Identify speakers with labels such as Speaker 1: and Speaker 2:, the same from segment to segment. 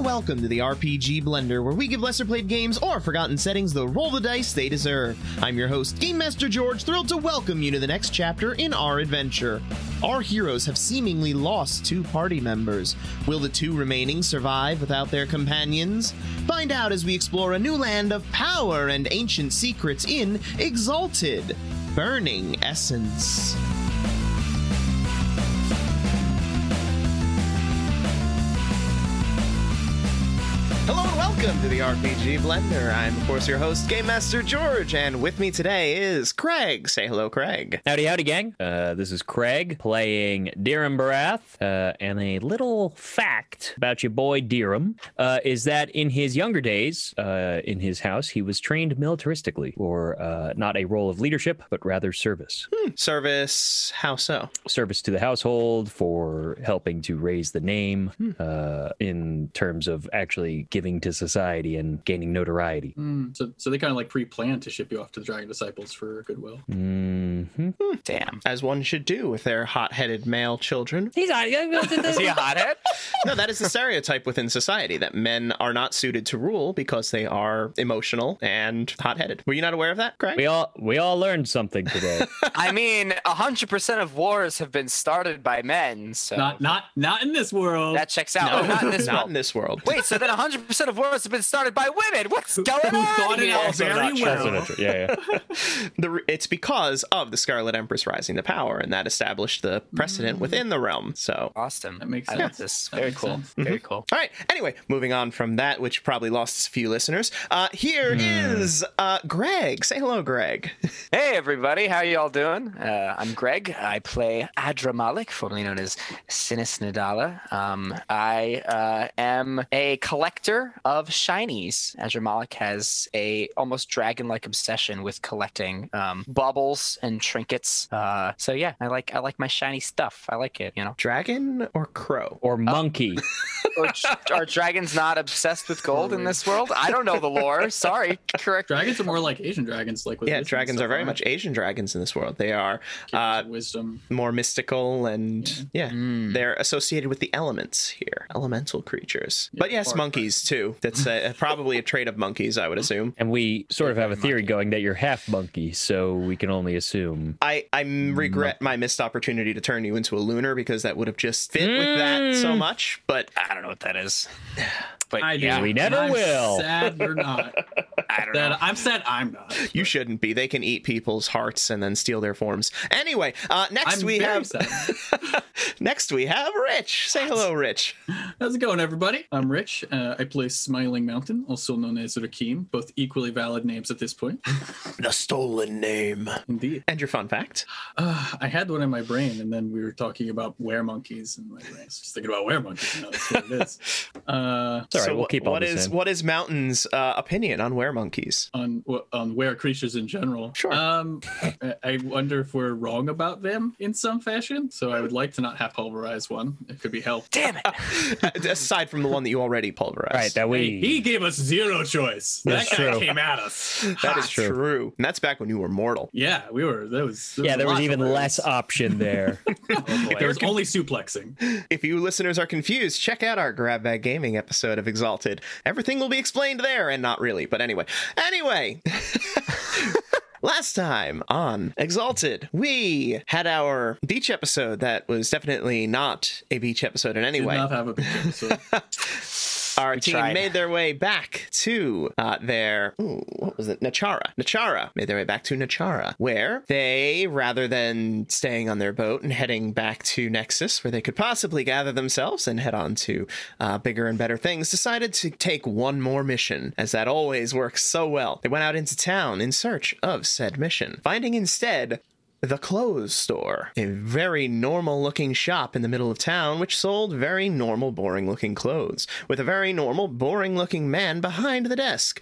Speaker 1: welcome to the RPG Blender, where we give lesser played games or forgotten settings the roll the dice they deserve. I'm your host, Game Master George, thrilled to welcome you to the next chapter in our adventure. Our heroes have seemingly lost two party members. Will the two remaining survive without their companions? Find out as we explore a new land of power and ancient secrets in Exalted Burning Essence. Hello and welcome to the RPG Blender. I'm, of course, your host, Game Master George, and with me today is Craig. Say hello, Craig.
Speaker 2: Howdy, howdy, gang. Uh, this is Craig playing Dirham Barath. Uh, and a little fact about your boy Dirham uh, is that in his younger days uh, in his house, he was trained militaristically for uh, not a role of leadership, but rather service.
Speaker 1: Service, how so?
Speaker 2: Service to the household for helping to raise the name uh, in terms of actually giving to society and gaining notoriety.
Speaker 3: So, so they kind of like pre-planned to ship you off to the Dragon Disciples for goodwill.
Speaker 2: hmm
Speaker 4: Damn.
Speaker 1: As one should do with their hot headed male children.
Speaker 2: He's not.
Speaker 4: Is he a hothead?
Speaker 1: No, that is the stereotype within society that men are not suited to rule because they are emotional and hot headed. Were you not aware of that, Craig?
Speaker 2: We all we all learned something today.
Speaker 4: I mean, hundred percent of wars have been started by men, so
Speaker 3: Not, not, not in this world.
Speaker 4: that checks out. Oh, not in this
Speaker 1: not
Speaker 4: world.
Speaker 1: in this world.
Speaker 4: Wait, so then hundred percent of wars have been started by women. What's going
Speaker 3: who
Speaker 4: on?
Speaker 3: thought it
Speaker 4: Here?
Speaker 3: out very well.
Speaker 2: Also not true. Yeah, yeah.
Speaker 1: the re- it's because of the Scarlet Empress rising to power, and that established the
Speaker 4: Mm.
Speaker 1: precedent within the realm. So, all
Speaker 4: Awesome.
Speaker 3: That makes
Speaker 4: I like
Speaker 3: sense.
Speaker 4: this.
Speaker 3: That
Speaker 4: Very
Speaker 3: makes
Speaker 4: cool.
Speaker 3: sense.
Speaker 4: Very cool.
Speaker 1: right. Anyway, moving on from that, which probably lost a few listeners. Uh, here is uh, Greg. Say hello, Greg.
Speaker 4: Hey everybody, how y'all doing? Uh, I'm Greg. I play Adra Malik, formerly known as Sinis Nadala. Um, I uh, am a collector of shinies. Adra Malik has a almost dragon-like obsession with collecting um, baubles and trinkets. Uh, so yeah, I like I like my shiny stuff. I like it, you know.
Speaker 1: Dragon or crow?
Speaker 2: Or monkey.
Speaker 4: Are, are dragons not obsessed with gold in this world? I don't know the lore. Sorry, correct.
Speaker 3: Dragons are more like Asian dragons, like with
Speaker 1: Yeah,
Speaker 3: wisdom
Speaker 1: dragons
Speaker 3: stuff,
Speaker 1: are very
Speaker 3: aren't
Speaker 1: much Asian dragons in this world. They are
Speaker 3: they?
Speaker 1: uh,
Speaker 3: wisdom.
Speaker 1: more mystical and yeah,
Speaker 4: Mm. Hmm.
Speaker 1: they're associated with the elements here, elemental creatures. but yes,
Speaker 3: bark,
Speaker 1: monkeys too. That's uh probably a trait of monkeys, I would assume.
Speaker 2: And we sort of have a theory going that you're half monkey, so we can only assume.
Speaker 1: I I regret my missed opportunity to turn you into a lunar because that would have just fit with that so much. But
Speaker 4: I don't know what that is. But
Speaker 3: I do.
Speaker 4: yeah,
Speaker 2: we never
Speaker 3: I'm
Speaker 2: will.
Speaker 3: Sad you're not.
Speaker 4: I don't know.
Speaker 3: That I'm sad I'm not.
Speaker 1: you shouldn't be. They can eat people's hearts and then steal their forms. Anyway, uh, next
Speaker 3: I'm
Speaker 1: we
Speaker 3: very
Speaker 1: have
Speaker 3: sad.
Speaker 1: next we have Rich. Say hello, Rich.
Speaker 3: How's it going, everybody? I'm Rich. Uh, I play Smiling Mountain, also known as Rakim. Both equally valid names at this point.
Speaker 1: The stolen name.
Speaker 3: Indeed.
Speaker 1: And your fun fact.
Speaker 3: Uh, I had one in my brain, and then we were talking about were monkeys, and my brain was just thinking about were monkeys. Now that's what it is. Uh,
Speaker 2: It's all right, we'll
Speaker 1: wh-
Speaker 2: keep all
Speaker 1: what
Speaker 2: this
Speaker 1: is-
Speaker 2: in.
Speaker 1: what is Mountain's uh, opinion on were monkeys?
Speaker 3: on wh- on were creatures in general.
Speaker 1: Sure.
Speaker 3: Um, I- I wonder if we're wrong about them in some fashion. So I would like to not have pulverized one. It could be helped.
Speaker 4: Damn it.
Speaker 1: Aside from the one that you already pulverized.
Speaker 2: All right, that
Speaker 3: Hey,
Speaker 2: we.
Speaker 3: he gave us zero choice.
Speaker 2: That's
Speaker 3: that guy
Speaker 2: true.
Speaker 3: came at us.
Speaker 1: that
Speaker 3: Ha.
Speaker 1: is true. And that's back when you were mortal.
Speaker 3: Yeah, we were. That was.
Speaker 2: yeah, there
Speaker 3: a
Speaker 2: was
Speaker 3: lot
Speaker 2: even
Speaker 3: to lose.
Speaker 2: less option there.
Speaker 3: There was only suplexing.
Speaker 1: If you listeners are confused, check out our Grab Bag Gaming episode of Exalted. Everything will be explained there, and not really, but anyway. Anyway! Last time on Exalted, we had our beach episode that was definitely not a beach episode in any
Speaker 3: Did
Speaker 1: way.
Speaker 3: not have a big episode.
Speaker 1: Our team
Speaker 4: tried.
Speaker 1: made their way back to uh, their ooh, what was it? Nachara. Nachara made their way back to Nachara, where they, rather than staying on their boat and heading back to Nexus, where they could possibly gather themselves and head on to uh, bigger and better things, decided to take one more mission, as that always works so well. They went out into town in search of said mission, finding instead the clothes store, a very normal looking shop in the middle of town which sold very normal, boring looking clothes, with a very normal, boring looking man behind the desk.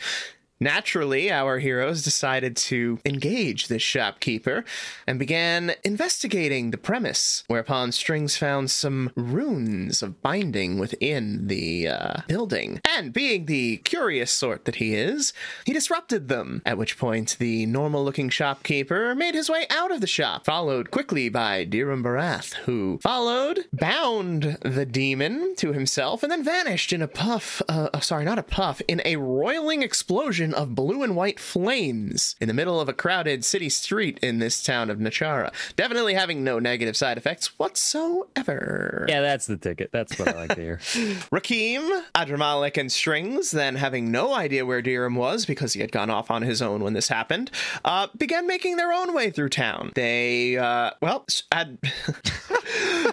Speaker 1: Naturally, our heroes decided to engage this shopkeeper and began investigating the premise, whereupon Strings found some runes of binding within the uh, building. And being the curious sort that he is, he disrupted them, at which point the normal looking shopkeeper made his way out of the shop, followed quickly by Dirham Barath, who followed, bound the demon to himself, and then vanished in a puff, uh, uh, sorry, not a puff, in a roiling explosion of blue and white flames in the middle of a crowded city street in this town of Nachara. Definitely having no negative side effects whatsoever.
Speaker 2: Yeah, that's the ticket. That's what I like to hear.
Speaker 1: Rakim, Adramalik, and Strings, then having no idea where Dirham was because he had gone off on his own when this happened, uh, began making their own way through town. They, uh, well, s- Ad-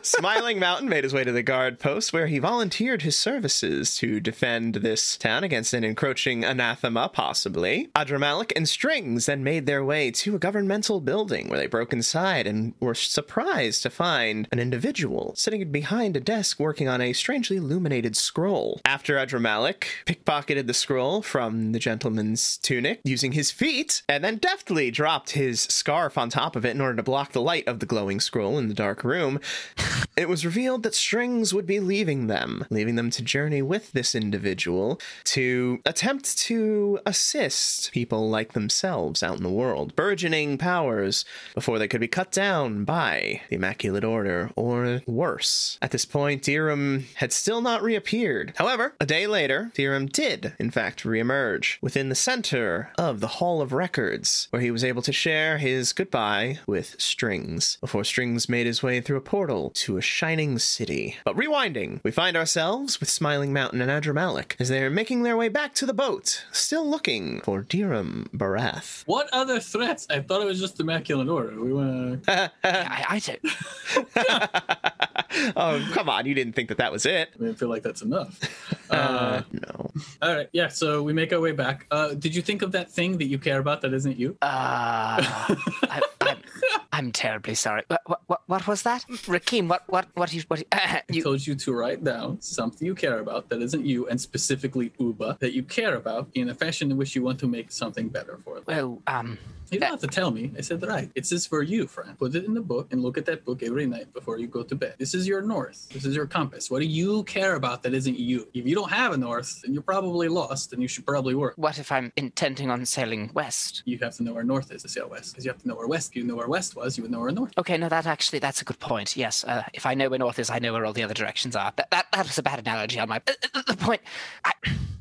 Speaker 1: Smiling Mountain made his way to the guard post where he volunteered his services to defend this town against an encroaching anathema, possibly. Adramalik and Strings then made their way to a governmental building where they broke inside and were surprised to find an individual sitting behind a desk working on a strangely illuminated scroll. After Adramalik pickpocketed the scroll from the gentleman's tunic using his feet and then deftly dropped his scarf on top of it in order to block the light of the glowing scroll in the dark room, it was revealed that Strings would be leaving them, leaving them to journey with this individual to attempt to assist people like themselves out in the world, burgeoning powers before they could be cut down by the Immaculate Order or worse. At this point, Dirham had still not reappeared. However, a day later, Dirham did, in fact, reemerge within the center of the Hall of Records, where he was able to share his goodbye with Strings before Strings made his way through a portal to a shining city. But rewinding, we find ourselves with Smiling Mountain and Adramalik as they are making their way back to the boat, still looking for Dirham Barath.
Speaker 3: What other threats? I thought it was just Immaculate Order. We want to.
Speaker 4: I, I did.
Speaker 1: oh, come on, you didn't think that that was it.
Speaker 3: I mean, I feel like that's enough. Uh,
Speaker 1: No.
Speaker 3: all right. Yeah. So we make our way back. Uh, did you think of that thing that you care about that isn't you?
Speaker 4: Uh, I, I'm, I'm terribly sorry. What, what, what, what was that, Rakim? What what what you what uh,
Speaker 3: I
Speaker 4: you?
Speaker 3: told you to write down something you care about that isn't you, and specifically Uba that you care about in a fashion in which you want to make something better for them.
Speaker 4: Well, um,
Speaker 3: You don't have to tell me. I said right. It's this for you, friend. Put it in the book and look at that book every night before you go to bed. This is your north. This is your compass. What do you care about that isn't you? If you don't have a north, then you're probably lost, and you should probably work.
Speaker 4: what if I'm intending on sailing west?
Speaker 3: You have to know where north is to sail west, because you have to know where west. If you know where west was, you would know where north.
Speaker 4: Okay, no, that actually that's a good point. Yes, uh, if I know where north is, I know where all the other directions are. That that, that was a bad analogy on my. uh, uh, the point. I,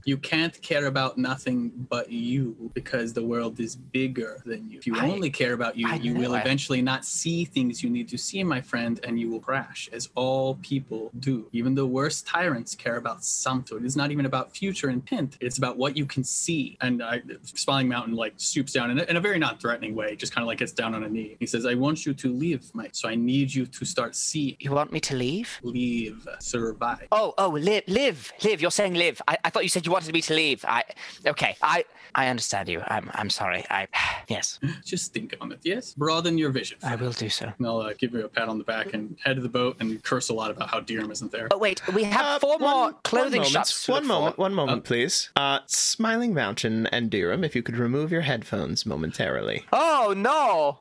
Speaker 3: You can't care about nothing but you because the world is bigger than you. If you
Speaker 4: I-
Speaker 3: only care about you,
Speaker 4: I
Speaker 3: you will
Speaker 4: know, I-
Speaker 3: eventually not see things you need to see, my friend, and you will crash, as all people do. Even the worst tyrants care about something. It's not even about future intent, it's about what you can see. And I, Spelling Mountain like stoops down in a, in a very not threatening way, just kind of like gets down on a knee. He says, I want you to leave, mate. So I need you to start seeing.
Speaker 4: you want me to leave?
Speaker 3: Leave, survive.
Speaker 4: Oh, oh, live, live, live. You're saying live. I, I thought you said you wanted me to leave. I, okay, I, I understand you. I'm, I'm sorry. I, yes,
Speaker 3: Just think on it, yes? Broaden your vision.
Speaker 4: I will do so.
Speaker 3: And I'll uh, give you a pat on the back and head to the boat and curse a lot about how Deerham isn't there.
Speaker 4: Oh wait, we have
Speaker 1: Uh,
Speaker 4: four
Speaker 1: one-
Speaker 4: more
Speaker 1: one
Speaker 4: clothing
Speaker 1: moment,
Speaker 4: shops. to
Speaker 1: One
Speaker 4: look for.
Speaker 1: moment, one moment, please. Uh, Smiling Mountain and Durham, if you could remove your headphones momentarily.
Speaker 4: Oh no!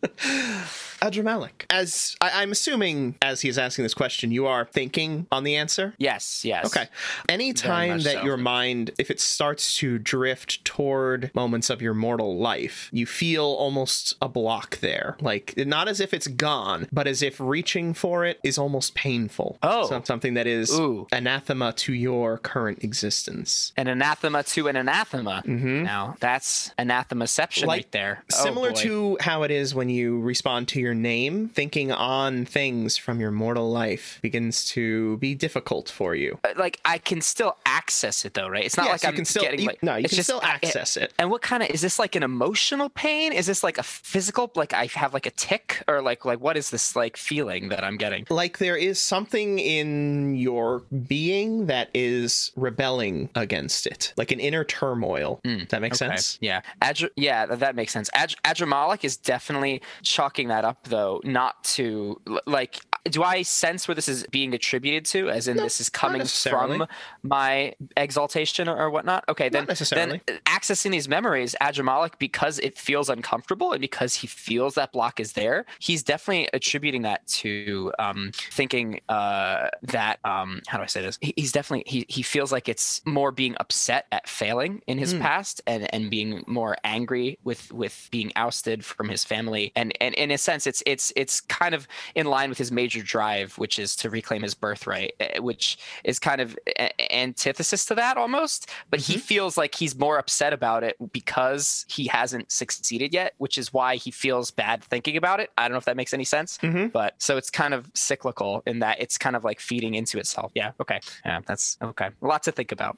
Speaker 1: Adramalik, as I, I'm assuming, as he's asking this question, you are thinking on the answer.
Speaker 4: Yes, yes.
Speaker 1: Okay. Anytime
Speaker 3: much
Speaker 1: that
Speaker 3: so.
Speaker 1: your mind, if it starts to drift toward moments of your mortal life, you feel almost a block there. Like, not as if it's gone, but as if reaching for it is almost painful.
Speaker 4: Oh.
Speaker 1: Some- something that is
Speaker 4: Ooh.
Speaker 1: anathema to your current existence.
Speaker 4: An anathema to an anathema. Now that's anathemaception right there. Oh,
Speaker 1: Mm-hmm. Similar
Speaker 4: boy.
Speaker 1: to how it is when you respond to your name, thinking on things from your mortal life begins to be difficult for you.
Speaker 4: Uh, like I can still access it though, right? It's not
Speaker 1: Yes,
Speaker 4: like
Speaker 1: you
Speaker 4: I'm
Speaker 1: can still-
Speaker 4: getting
Speaker 1: you-
Speaker 4: like
Speaker 1: no, you
Speaker 4: it's
Speaker 1: can still
Speaker 4: I-
Speaker 1: access it.
Speaker 4: And what kind of is this like an emotional pain? Is this like a physical like I have like a tick or like like what is this like feeling that I'm getting?
Speaker 1: Like there is something in your being that is rebelling against it, like an inner turmoil. Does that make sense?
Speaker 4: Yeah, Adr- yeah, th- that makes sense. Adr- Adramalik is definitely chalking that up, though, not to l- like do I sense where this is being attributed to? As in,
Speaker 1: No,
Speaker 4: this is
Speaker 1: not
Speaker 4: coming
Speaker 1: necessarily.
Speaker 4: from my exaltation or, or whatnot? Okay, then
Speaker 1: necessarily.
Speaker 4: then accessing these memories, Adramalik, because it feels uncomfortable and because he feels that block is there, he's definitely attributing that to um, thinking uh, that um, how do I say this? He- He's definitely he, he feels like it's more being upset at failing in his
Speaker 1: Mm.
Speaker 4: past and and being more angry with with being ousted from his family and and in a sense it's it's it's kind of in line with his major drive, which is to reclaim his birthright, eh, which is kind of a- a- antithesis to that almost. But
Speaker 1: Mm-hmm.
Speaker 4: he feels like he's more upset about it because he hasn't succeeded yet, which is why he feels bad thinking about it. I don't know if that makes any sense,
Speaker 1: Mhm.
Speaker 4: but so it's kind of cyclical in that it's kind of like feeding into itself. Yeah. Okay. Yeah. That's okay. A lot to think about.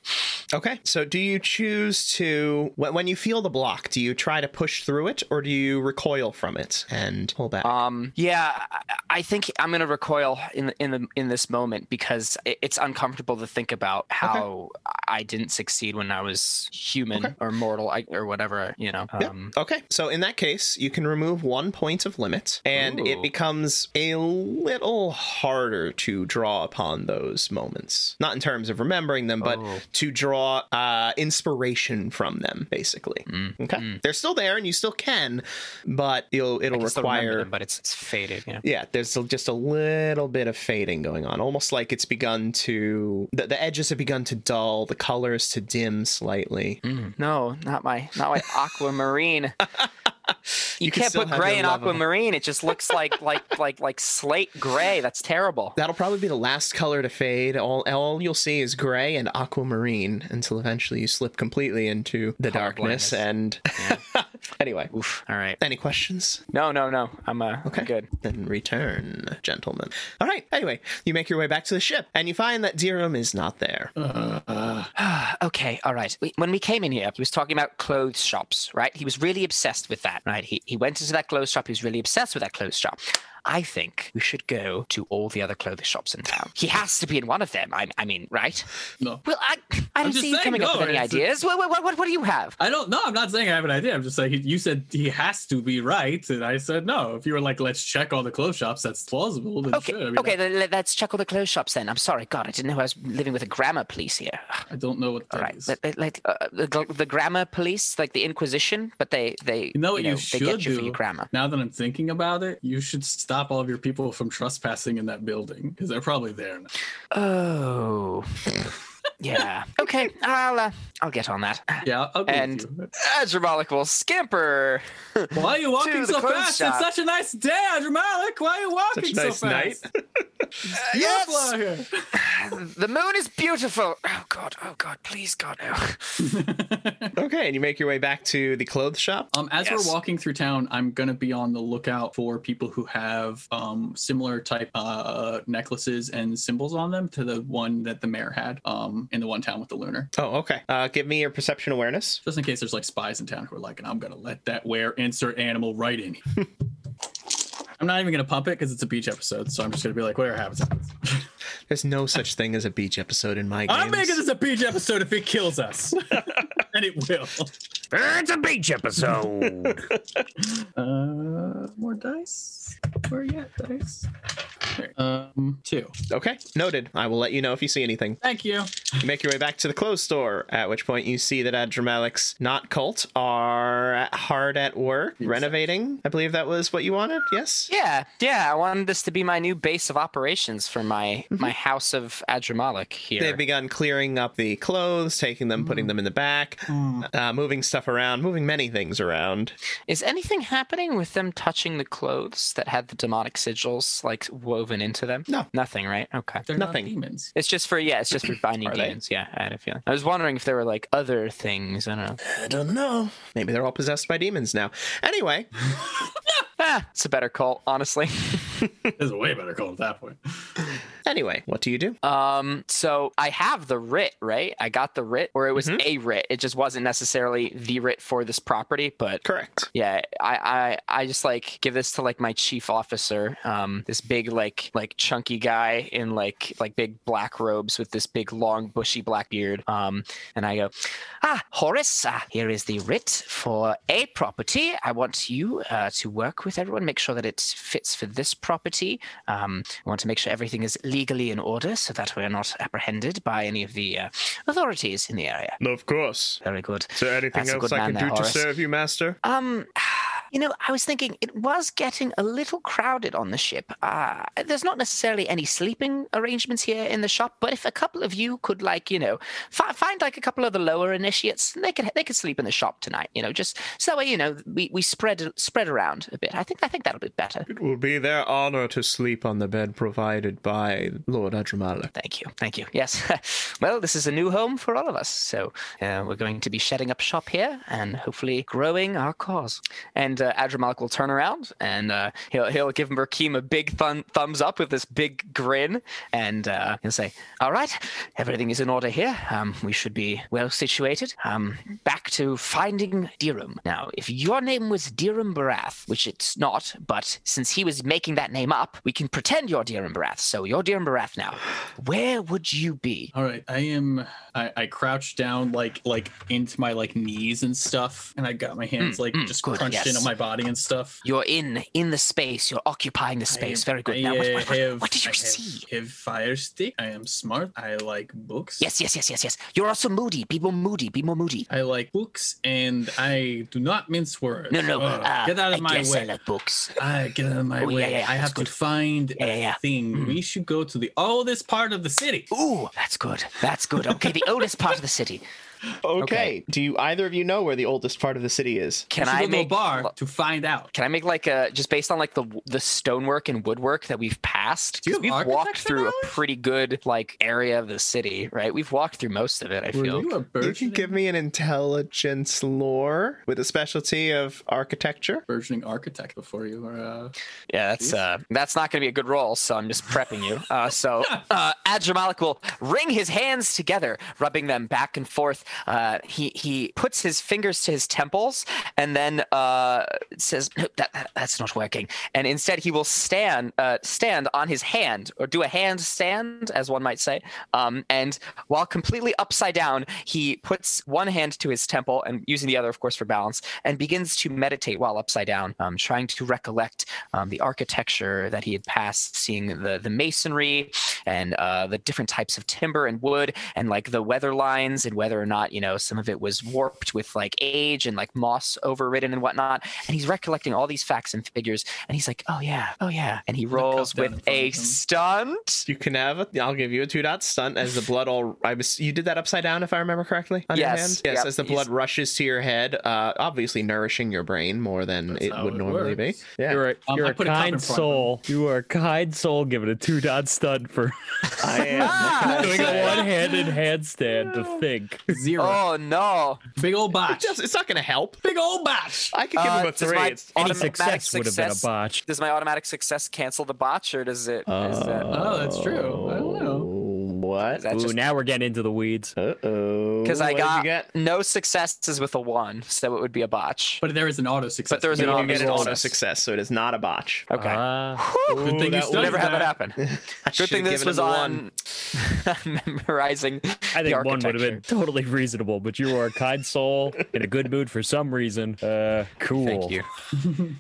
Speaker 1: Okay. So do you choose to when, when you feel the block, do you try to push through it or do you recoil from it and pull back?
Speaker 4: Um, yeah, I- I think I'm gonna recoil in the- in the in this moment because i- it's uncomfortable to think about how I didn't succeed when I was human
Speaker 1: Okay.
Speaker 4: or mortal I, or whatever. You know.
Speaker 1: Yeah.
Speaker 4: Um,
Speaker 1: okay. So in that case, you can remove one point of limit, and it
Speaker 4: Ooh.
Speaker 1: becomes a little harder to draw upon those moments. Not in terms of remembering them, but
Speaker 4: Oh.
Speaker 1: to draw uh, inspiration from them, basically.
Speaker 4: Mm,
Speaker 1: Okay. They're still there, and you still can, but you'll,
Speaker 4: I
Speaker 1: it'll
Speaker 4: can still remember
Speaker 1: require.
Speaker 4: them, but it's it's faded. Yeah.
Speaker 1: Yeah, there's a- just a little bit of fading going on, almost like it's begun to the, the edges have begun to dull, the colors to dim slightly.
Speaker 4: No, not my not my aquamarine. You,
Speaker 1: You can
Speaker 4: can't
Speaker 1: still
Speaker 4: put
Speaker 1: have
Speaker 4: gray
Speaker 1: your
Speaker 4: in
Speaker 1: love of-
Speaker 4: aquamarine. It just looks like like like like slate gray. That's terrible.
Speaker 1: That'll probably be the last color to fade. All all you'll see is gray and aquamarine until eventually you slip completely into the
Speaker 4: Color
Speaker 1: darkness.
Speaker 4: blindness.
Speaker 1: And anyway,
Speaker 4: Oof. All right.
Speaker 1: any questions?
Speaker 4: No, no, no. I'm uh,
Speaker 1: Okay.
Speaker 4: I'm good.
Speaker 1: Then return, gentlemen. All right. Anyway, you make your way back to the ship, and you find that Dirham is not there.
Speaker 4: okay, all right. We, when we came in here, he was talking about clothes shops, right? He was really obsessed with that, right? He, he went into that clothes shop. He was really obsessed with that clothes shop. I think we should go to all the other clothing shops in town. He has to be in one of them. I, I mean, right?
Speaker 3: No.
Speaker 4: Well, I, I don't
Speaker 3: just
Speaker 4: see you
Speaker 3: saying,
Speaker 4: coming up
Speaker 3: no,
Speaker 4: with any
Speaker 3: it's-
Speaker 4: ideas. What, what, what, what do you have?
Speaker 3: I don't know. I'm not saying I have an idea. I'm just like you said. He has to be right, and I said no. If you were like, let's check all the clothes shops, that's plausible. Then
Speaker 4: Okay,
Speaker 3: sure. I mean,
Speaker 4: okay, then let- let's check all the clothes shops then. I'm sorry, God, I didn't know I was living with a grammar police here.
Speaker 3: I don't know what that
Speaker 4: All
Speaker 3: is.
Speaker 4: right, let, let, let- uh, the, gl- the grammar police, like the Inquisition, but they they
Speaker 3: You know what you,
Speaker 4: they
Speaker 3: should
Speaker 4: get you
Speaker 3: do
Speaker 4: for your grammar.
Speaker 3: now that I'm thinking about it? You should stop all of your people from trespassing in that building because they're probably there. Now.
Speaker 4: Oh. yeah. Okay. I'll uh, I'll get on that.
Speaker 3: Yeah, I'll go
Speaker 4: And-
Speaker 3: with you.
Speaker 4: Adramalik will scamper.
Speaker 3: Why are you
Speaker 4: to
Speaker 3: walking
Speaker 4: the
Speaker 3: so
Speaker 4: clothes
Speaker 3: fast?
Speaker 4: shop.
Speaker 3: It's such a nice day, Adramalik. Why are you walking so fast? Beautiful out here.
Speaker 4: the moon is beautiful. Oh God. Oh God. Please God. No.
Speaker 1: Okay, and you make your way back to the clothes shop.
Speaker 3: Um, as
Speaker 4: Yes.
Speaker 3: we're walking through town, I'm gonna be on the lookout for people who have um, similar type uh, necklaces and symbols on them to the one that the mayor had um, in the one town with the lunar.
Speaker 1: Oh, okay. Uh, give me your perception awareness.
Speaker 3: Just in case there's like spies in town who are like, and I'm gonna let that wear insert animal right in. here." I'm not even gonna pump it because it's a beach episode, so I'm just gonna be like, whatever happens. happens."
Speaker 1: There's no such thing as a beach episode in my game.
Speaker 3: I'm making this a beach episode if it kills us, and it will.
Speaker 2: It's a beach episode.
Speaker 3: Uh, more dice. Where are you at, dice? There. Um, two.
Speaker 1: Okay, noted. I will let you know if you see anything.
Speaker 3: Thank you.
Speaker 1: You make your way back to the clothes store, at which point you see that Adramalix, not cult, are at- hard at work renovating. I believe that was what you wanted. Yes.
Speaker 4: Yeah. Yeah. I wanted this to be my new base of operations for my my house of Adramalik here.
Speaker 1: They've begun clearing up the clothes, taking them, putting them in the back, uh, moving stuff around, moving many things around.
Speaker 4: Is anything happening with them touching the clothes that had the demonic sigils like woven into them?
Speaker 1: No.
Speaker 4: Nothing. Right. Okay.
Speaker 3: They're
Speaker 1: Nothing.
Speaker 3: not demons.
Speaker 4: It's just for yeah. It's just for binding
Speaker 1: Are they?
Speaker 4: demons. Yeah. I had a feeling. I was wondering if there were like other things. I don't know.
Speaker 1: I don't know. Maybe they're all possessed by demons now. Anyway,
Speaker 4: Ah, it's a better cult, honestly.
Speaker 3: It's a way better call at that point.
Speaker 1: Anyway, what do you do?
Speaker 4: Um, so I have the writ, right? I got the writ, or it was
Speaker 1: Mhm.
Speaker 4: a writ. It just wasn't necessarily the writ for this property, but
Speaker 1: Correct.
Speaker 4: yeah, I, I I just like give this to like my chief officer, um, this big like like chunky guy in like like big black robes with this big long bushy black beard. Um, and I go, ah, Horace, uh, here is the writ for a property. I want you uh, to work with everyone, make sure that it fits for this property. Um, I want to make sure everything is legally in order, so that we are not apprehended by any of the uh, authorities in the area.
Speaker 1: Of course.
Speaker 4: Very good.
Speaker 1: Is there anything
Speaker 4: That's a
Speaker 1: else
Speaker 4: good
Speaker 1: I
Speaker 4: man
Speaker 1: can
Speaker 4: there,
Speaker 1: do to
Speaker 4: Horace.
Speaker 1: serve you, Master?
Speaker 4: Um, you know, I was thinking it was getting a little crowded on the ship. Uh, there's not necessarily any sleeping arrangements here in the shop, but if a couple of you could, like, you know, fi- find like a couple of the lower initiates, they could they could sleep in the shop tonight. You know, just so that way, you know, we, we spread spread around a bit. I think I think that'll be better.
Speaker 1: It will be their honor to sleep on the bed provided by Lord Adramala.
Speaker 4: Thank you, thank you. Yes, well, this is a new home for all of us, so uh, we're going to be shutting up shop here and hopefully growing our cause. And uh, Adramalik will turn around and uh, he'll he'll give Merkim a big thun- thumbs up with this big grin, and uh, he'll say, "All right, everything is in order here. Um, we should be well situated. Um, back to finding Dirum now. If your name was Dirum Barath, which it's not, but since he was making that name up, we can pretend you're Dirum Barath. So you're Dirum Barath now." Where would you be?
Speaker 3: All right, I am. I, I crouch down like like into my like knees and stuff, and I got my hands like just
Speaker 4: Hmm, good,
Speaker 3: crunched
Speaker 4: yes.
Speaker 3: into my body and stuff.
Speaker 4: You're in in the space. You're occupying the space. Very good.
Speaker 3: I,
Speaker 4: now, what,
Speaker 3: uh,
Speaker 4: what, what-
Speaker 3: have-
Speaker 4: what do you
Speaker 3: I have-
Speaker 4: see?
Speaker 3: Have fire stick. I am smart. I like books.
Speaker 4: Yes, yes, yes, yes, yes. You're also moody. Be more moody. Be more moody.
Speaker 3: I like books, and I do not mince words.
Speaker 4: No, no.
Speaker 3: Ugh,
Speaker 4: uh,
Speaker 3: Oh, get out of
Speaker 4: I
Speaker 3: my
Speaker 4: guess I
Speaker 3: way.
Speaker 4: love books.
Speaker 3: I get out of my
Speaker 4: Oh, yeah,
Speaker 3: way.
Speaker 4: yeah,
Speaker 3: I
Speaker 4: that's
Speaker 3: have
Speaker 4: good.
Speaker 3: to find
Speaker 4: Yeah, yeah, yeah. Hmm.
Speaker 3: a thing. We should go to the oldest part of the city.
Speaker 4: Ooh, that's good. That's good. Okay, the oldest part of the city. Okay.
Speaker 1: Do you either of you know where the oldest part of the city is?
Speaker 4: Can
Speaker 3: we should
Speaker 4: I
Speaker 3: go to a
Speaker 4: make
Speaker 3: bar to find out?
Speaker 4: Can I make like a just based on like the the stonework and woodwork that we've passed?
Speaker 3: Do you
Speaker 4: 'Cause
Speaker 3: have
Speaker 4: we've walked
Speaker 3: architecture
Speaker 4: through a
Speaker 3: knowledge?
Speaker 4: pretty good like area of the city, right? We've walked through most of it. I
Speaker 3: Were you
Speaker 4: feel.
Speaker 3: a
Speaker 1: You can
Speaker 3: burgeoning,
Speaker 1: give me an intelligence lore with a specialty of architecture.
Speaker 3: burgeoning architect before you were? Uh...
Speaker 4: Yeah, that's uh, that's not going to be a good roll. So I'm just prepping you. Uh, so uh, Adramalik will wring his hands together, rubbing them back and forth. Uh, he he puts his fingers to his temples and then uh, says, "No, that, that- that's not working." And instead, he will stand uh, stand on his hand or do a hand stand, as one might say. Um, and while completely upside down, he puts one hand to his temple and using the other, of course, for balance, and begins to meditate while upside down, um, trying to recollect um, the architecture that he had passed, seeing the the masonry and uh, the different types of timber and wood, and like the weather lines and whether or not you know some of it was warped with like age and like moss overridden and whatnot. And he's recollecting all these facts and figures, and he's like, oh yeah, oh yeah, and he rolls
Speaker 3: down in
Speaker 4: with
Speaker 3: front of
Speaker 4: a
Speaker 3: him.
Speaker 4: stunt.
Speaker 1: You can have. A, I'll give you a two dot stunt as the blood all. I was. You did that upside down, if I remember correctly. On
Speaker 4: Yes,
Speaker 1: Your hand? Yes.
Speaker 4: yep,
Speaker 1: As the blood
Speaker 4: he's-
Speaker 1: rushes to your head, uh, obviously nourishing your brain more than
Speaker 3: That's
Speaker 1: it
Speaker 3: how
Speaker 1: would
Speaker 3: it
Speaker 1: normally
Speaker 3: works.
Speaker 1: be. Yeah.
Speaker 2: You're a,
Speaker 3: Um,
Speaker 2: you're
Speaker 3: I
Speaker 2: a
Speaker 3: put a cup in
Speaker 2: kind
Speaker 3: front of him.
Speaker 2: soul. You are a kind soul giving a two dot stud for
Speaker 1: I am.
Speaker 2: doing a one handed handstand to think.
Speaker 3: Zero.
Speaker 4: Oh no!
Speaker 3: Big old
Speaker 1: It
Speaker 3: botch.
Speaker 1: just, it's not going to help.
Speaker 3: Big old botch.
Speaker 1: I could give
Speaker 4: Uh,
Speaker 1: him a
Speaker 4: does
Speaker 1: three.
Speaker 4: my
Speaker 1: It's-
Speaker 2: Any
Speaker 4: automatic
Speaker 2: success would have been a botch.
Speaker 4: Does my automatic success cancel the botch, or does it? is that,
Speaker 3: Oh, that's true. I don't know.
Speaker 1: Oh, What?
Speaker 4: is that
Speaker 2: Ooh,
Speaker 4: just
Speaker 2: now we're getting into the weeds.
Speaker 1: Uh oh.
Speaker 4: because I got no successes with a one, so it would be a botch.
Speaker 3: But there is an auto success.
Speaker 4: But there is
Speaker 3: You
Speaker 4: an
Speaker 3: know,
Speaker 1: You
Speaker 4: auto
Speaker 1: get an
Speaker 4: Success.
Speaker 1: auto success, so it is not a botch.
Speaker 4: Okay.
Speaker 2: Ah,
Speaker 4: Whew,
Speaker 3: Good thing you
Speaker 1: that
Speaker 3: studied
Speaker 4: Uh, never had that
Speaker 3: that.
Speaker 4: happen.
Speaker 1: I
Speaker 4: Good
Speaker 1: should've
Speaker 4: thing this
Speaker 1: given
Speaker 4: was
Speaker 1: him a
Speaker 4: on memorizing.
Speaker 2: I
Speaker 4: the
Speaker 2: think one would have
Speaker 4: architecture.
Speaker 2: been totally reasonable, but you are a kind soul in a good mood for some reason. Uh, cool.
Speaker 4: Thank you.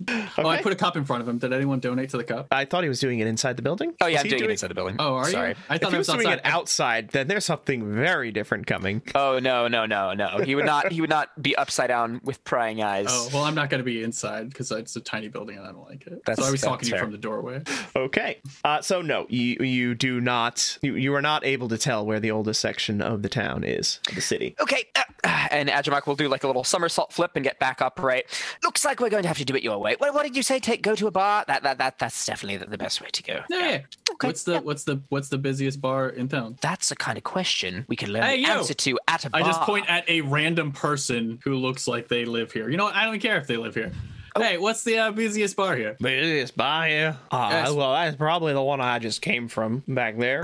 Speaker 1: Okay.
Speaker 3: Oh, I put a cup in front of him. Did anyone donate to the cup?
Speaker 1: I thought he was doing it inside the building.
Speaker 4: Oh yeah,
Speaker 1: Was
Speaker 4: I'm
Speaker 1: he
Speaker 4: doing, it inside the building.
Speaker 3: Oh, are
Speaker 4: Sorry.
Speaker 3: you? I
Speaker 1: If
Speaker 3: thought
Speaker 1: he
Speaker 3: that
Speaker 1: was
Speaker 3: was
Speaker 1: doing
Speaker 3: outside.
Speaker 1: it outside, then there's something very different coming.
Speaker 4: Oh no, no, no, no. He would not. He would not be upside down with prying eyes.
Speaker 3: Oh well, I'm not going to be inside because it's a tiny building and I don't like it.
Speaker 4: That's-
Speaker 3: so I was
Speaker 4: that's
Speaker 3: talking to
Speaker 4: fair.
Speaker 3: you from the doorway.
Speaker 1: Okay. Uh, so no, you you do not you, you are not able to tell where the oldest section of the town is, of the city.
Speaker 4: okay. uh, and Adjamak will do like a little somersault flip and get back upright. Looks like we're going to have to do it your way. What, what did you say? Take go to a bar. That that that that's definitely the, the best way to go.
Speaker 3: Yeah. What's the what's the what's the busiest bar in town?
Speaker 4: That's the kind of question we can learn
Speaker 3: Hey,
Speaker 4: the
Speaker 3: you!
Speaker 4: answer to at a bar.
Speaker 3: I just point at a random person who looks like they live here. You know what? I don't care if they live here.
Speaker 4: Oh.
Speaker 3: Hey, what's the uh, busiest bar here?
Speaker 1: Busiest bar here. Ah,
Speaker 3: Yes.
Speaker 1: well, that's probably the one I just came from back there.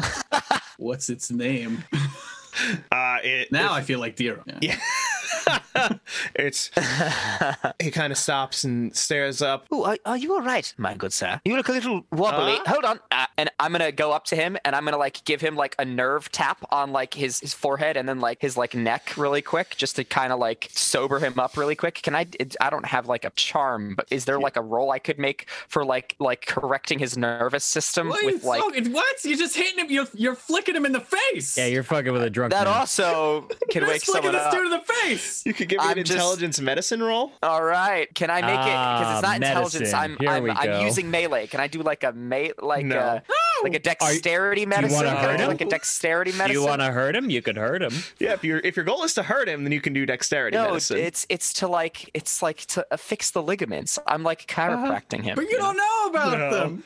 Speaker 3: What's its name?
Speaker 1: Uh, it,
Speaker 3: Now I feel like Dira. Yeah.
Speaker 1: it's he kind of stops and stares up.
Speaker 4: Ooh, are, are you all right, my good sir? You look a little wobbly.
Speaker 1: Uh?
Speaker 4: Hold on, uh, and I'm gonna go up to him, and I'm gonna like give him like a nerve tap on like his his forehead, and then like his like neck really quick, just to kind of like sober him up really quick. Can I? it- I don't have like a charm, but is there like a roll I could make for like like correcting his nervous system
Speaker 3: What?
Speaker 4: with like
Speaker 3: what? You're just hitting him. You're, you're flicking him in the face.
Speaker 2: Yeah, you're fucking with a drunk
Speaker 4: that?
Speaker 2: man.
Speaker 4: Also, can
Speaker 3: You're
Speaker 4: wake
Speaker 3: just flicking
Speaker 4: someone
Speaker 3: this
Speaker 4: up.
Speaker 3: dude in the face.
Speaker 1: You could give me an
Speaker 4: I'm just-
Speaker 1: intelligence medicine roll.
Speaker 4: All right. Can I make it? Because
Speaker 2: Ah,
Speaker 4: it's not intelligence.
Speaker 2: medicine.
Speaker 4: I'm
Speaker 2: Here
Speaker 4: I'm,
Speaker 2: we go.
Speaker 4: I'm using melee. Can I do like a mate like
Speaker 1: No.
Speaker 4: a like a dexterity medicine?
Speaker 2: wanna
Speaker 4: Can I
Speaker 2: hurt
Speaker 4: do,
Speaker 2: him?
Speaker 4: Like a dexterity
Speaker 2: Do
Speaker 4: medicine.
Speaker 2: you want to hurt him? You could hurt him.
Speaker 1: Yeah, if your if your goal is to hurt him, then you can do dexterity
Speaker 4: No,
Speaker 1: medicine.
Speaker 4: it's it's to like it's like to uh, fix the ligaments. I'm like chiropracting him.
Speaker 3: But you don't know about
Speaker 1: No.
Speaker 3: them.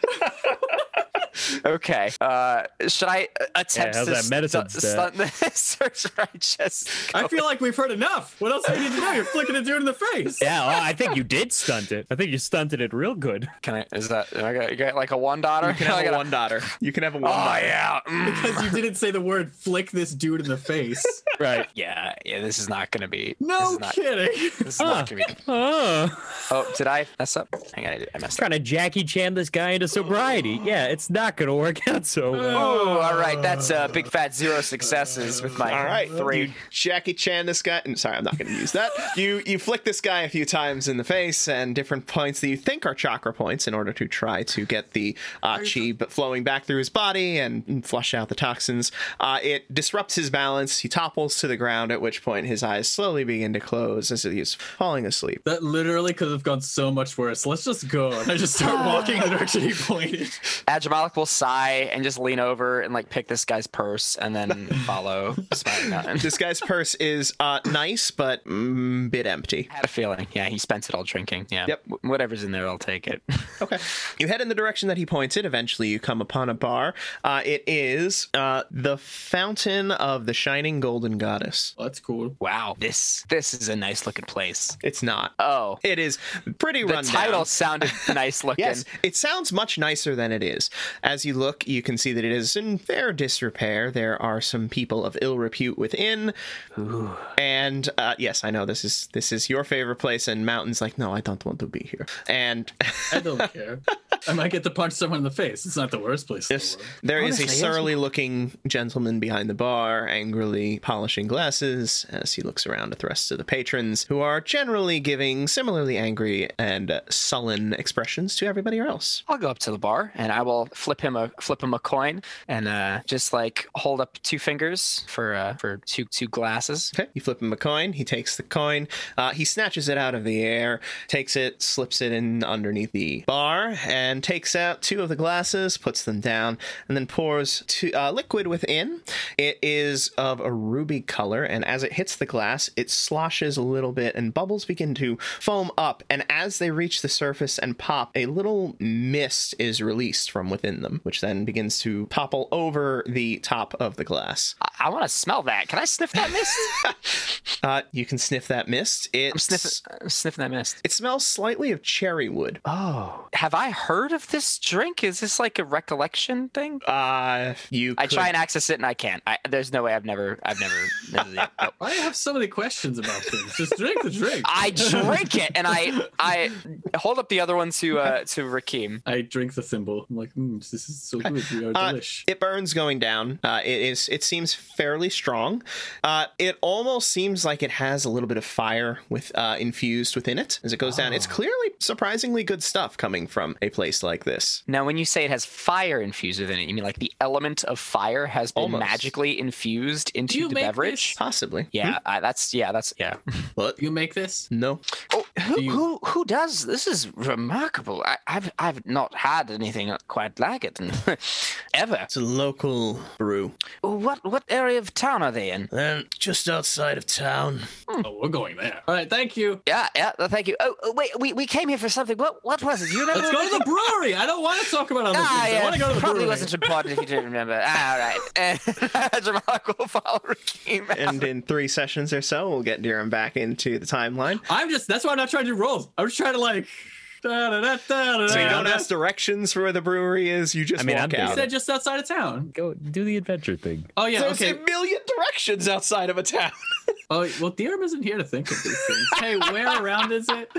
Speaker 4: Okay. Uh, should I uh, attempt
Speaker 2: how's
Speaker 4: to
Speaker 2: that medicine
Speaker 4: stu-
Speaker 2: stat?
Speaker 4: stunt the search? or I just
Speaker 3: I feel like we've heard enough. What else do we need to know? You're flicking a dude in the face.
Speaker 2: Yeah, well, I think you did stunt it. I think you stunted it real good.
Speaker 4: can I? Is that I got, you got like a one daughter?
Speaker 1: you can have
Speaker 4: I
Speaker 1: a
Speaker 4: got
Speaker 1: one daughter. You can have a one
Speaker 4: Oh
Speaker 1: daughter.
Speaker 4: yeah. mm.
Speaker 3: Because you didn't say the word flick this dude in the face.
Speaker 2: Right.
Speaker 4: Yeah. Yeah. This is not gonna be. This
Speaker 3: No
Speaker 4: is not,
Speaker 3: kidding.
Speaker 4: this is not gonna be.
Speaker 2: Oh,
Speaker 4: Oh, did I mess up? Hang on, I, did- I messed up.
Speaker 2: trying to Jackie Chan this guy into sobriety. Yeah, it's not gonna work out so well.
Speaker 4: Oh, all right. That's a uh, big fat zero successes with my
Speaker 1: All right,
Speaker 4: three.
Speaker 1: You Jackie Chan this guy. and Sorry, I'm not going to use that. You you flick this guy a few times in the face and different points that you think are chakra points in order to try to get the uh, chi b- flowing back through his body and and flush out the toxins. Uh, it disrupts his balance. He topples to the ground. At which point, his eyes slowly begin to close as he is falling asleep.
Speaker 3: That literally could have gone so much worse. Let's just go. And I just start walking in the direction he pointed.
Speaker 4: Adramalik will sigh and just lean over and like pick this guy's purse and then follow Spider Mountain.
Speaker 1: This guy's purse is uh, nice, but mm, bit empty.
Speaker 4: Had a feeling. Yeah, he spent it all drinking. Yeah.
Speaker 1: Yep.
Speaker 4: Wh- whatever's in there, I'll take it.
Speaker 1: Okay. You head in the direction that he pointed. Eventually, you come upon a bar. Uh, it is uh, the Fountain of the Shining Golden Goddess.
Speaker 3: Well, that's cool.
Speaker 4: wow. This this is a nice looking place.
Speaker 1: It's not. Uh,
Speaker 4: Oh.
Speaker 1: It is pretty
Speaker 4: The
Speaker 1: rundown.
Speaker 4: title sounded nice looking.
Speaker 1: Yes, it sounds much nicer than it is. As you look, you can see that it is in fair disrepair. There are some people of ill repute within. And uh, yes, I know this is this is your favorite place. And Mountain's like, no, I don't want to be here. And
Speaker 3: I don't care. I might get to punch someone in the face. It's not the worst place.
Speaker 1: Yes,
Speaker 3: In the world.
Speaker 1: there is
Speaker 4: Honestly, yes.
Speaker 1: a surly looking gentleman behind the bar, angrily polishing glasses as he looks around at the rest of the patrons, who are generally giving similarly angry and uh, sullen expressions to everybody else.
Speaker 4: I'll go up to the bar and I will flip him a flip him a coin and uh, just like hold up two fingers for uh, for two two glasses.
Speaker 1: Okay, you flip him a coin, he takes the coin, uh, he snatches it out of the air, takes it, slips it in underneath the bar, and takes out two of the glasses, puts them down, and then pours two, uh, liquid within. It is of a ruby color, and as it hits the glass, it sloshes a little bit, and bubbles begin to foam up. And as they reach the surface and pop, a little mist is released from within them, which then begins to topple over the top of the glass.
Speaker 4: I, I want to smell that. Can I sniff that mist?
Speaker 1: Uh, you can sniff that mist. It
Speaker 4: I'm sniffing, I'm sniffing that mist.
Speaker 1: It smells slightly of cherry wood.
Speaker 4: Oh, have I heard of this drink? Is this like a recollection thing?
Speaker 1: Uh, you.
Speaker 4: I
Speaker 1: could-
Speaker 4: try and access it and I can't. I, there's no way I've never, I've never. never yeah, no.
Speaker 3: Why do you have so many questions about things? Just drink the drink.
Speaker 4: I drink it and I, I hold up the other one to, uh, to Rakim.
Speaker 3: I drink the thimble. I'm like, mm, this is so good. We are
Speaker 1: Uh,
Speaker 3: delish.
Speaker 1: It burns going down. Uh, it is. It seems fairly strong. Uh, it almost seems like it has a little bit of fire with uh, infused within it as it goes down. It's
Speaker 4: Ah.
Speaker 1: clearly surprisingly good stuff coming from a place like this.
Speaker 4: Now, when you say it has fire infused within it, you mean like the element of fire has been
Speaker 1: Almost.
Speaker 4: magically infused
Speaker 3: you
Speaker 4: into the
Speaker 3: make
Speaker 4: beverage?
Speaker 1: Possibly. Hmm?
Speaker 4: Yeah, I, that's yeah, that's yeah.
Speaker 1: But
Speaker 3: you make this?
Speaker 1: no.
Speaker 4: Oh, who,
Speaker 3: Do you-
Speaker 4: who who does this is remarkable. I, I've I've not had anything quite like it ever.
Speaker 1: It's a local brew.
Speaker 4: What what area of town are they in?
Speaker 1: And just outside of town.
Speaker 3: Oh, we're going there. All right, thank you.
Speaker 4: Yeah, yeah. well, Thank you. Oh, oh, wait, we, we came here for something. What what was it? You remember?
Speaker 3: Let's go to the brewery. I don't want to talk about other things.
Speaker 4: Ah,
Speaker 3: I
Speaker 4: yeah,
Speaker 3: want to go to the
Speaker 4: probably
Speaker 3: brewery.
Speaker 4: wasn't important if you didn't remember. Ah, all right. And Jamal will follow Rakim. out.
Speaker 1: And in three sessions or so, we'll get Durham back into the timeline.
Speaker 3: I'm just. That's why I'm not trying to do rolls. I'm just trying to like Da-da-da-da-da-da.
Speaker 1: So you don't ask directions for where the brewery is. You just
Speaker 2: I mean,
Speaker 1: walk
Speaker 2: I'm
Speaker 3: He
Speaker 1: out.
Speaker 3: said just outside of town.
Speaker 2: Go do the adventure thing.
Speaker 3: Oh yeah,
Speaker 1: There's
Speaker 3: okay.
Speaker 1: a million directions outside of a town.
Speaker 3: Oh well, Theorem isn't here to think of these things. hey, where around is it?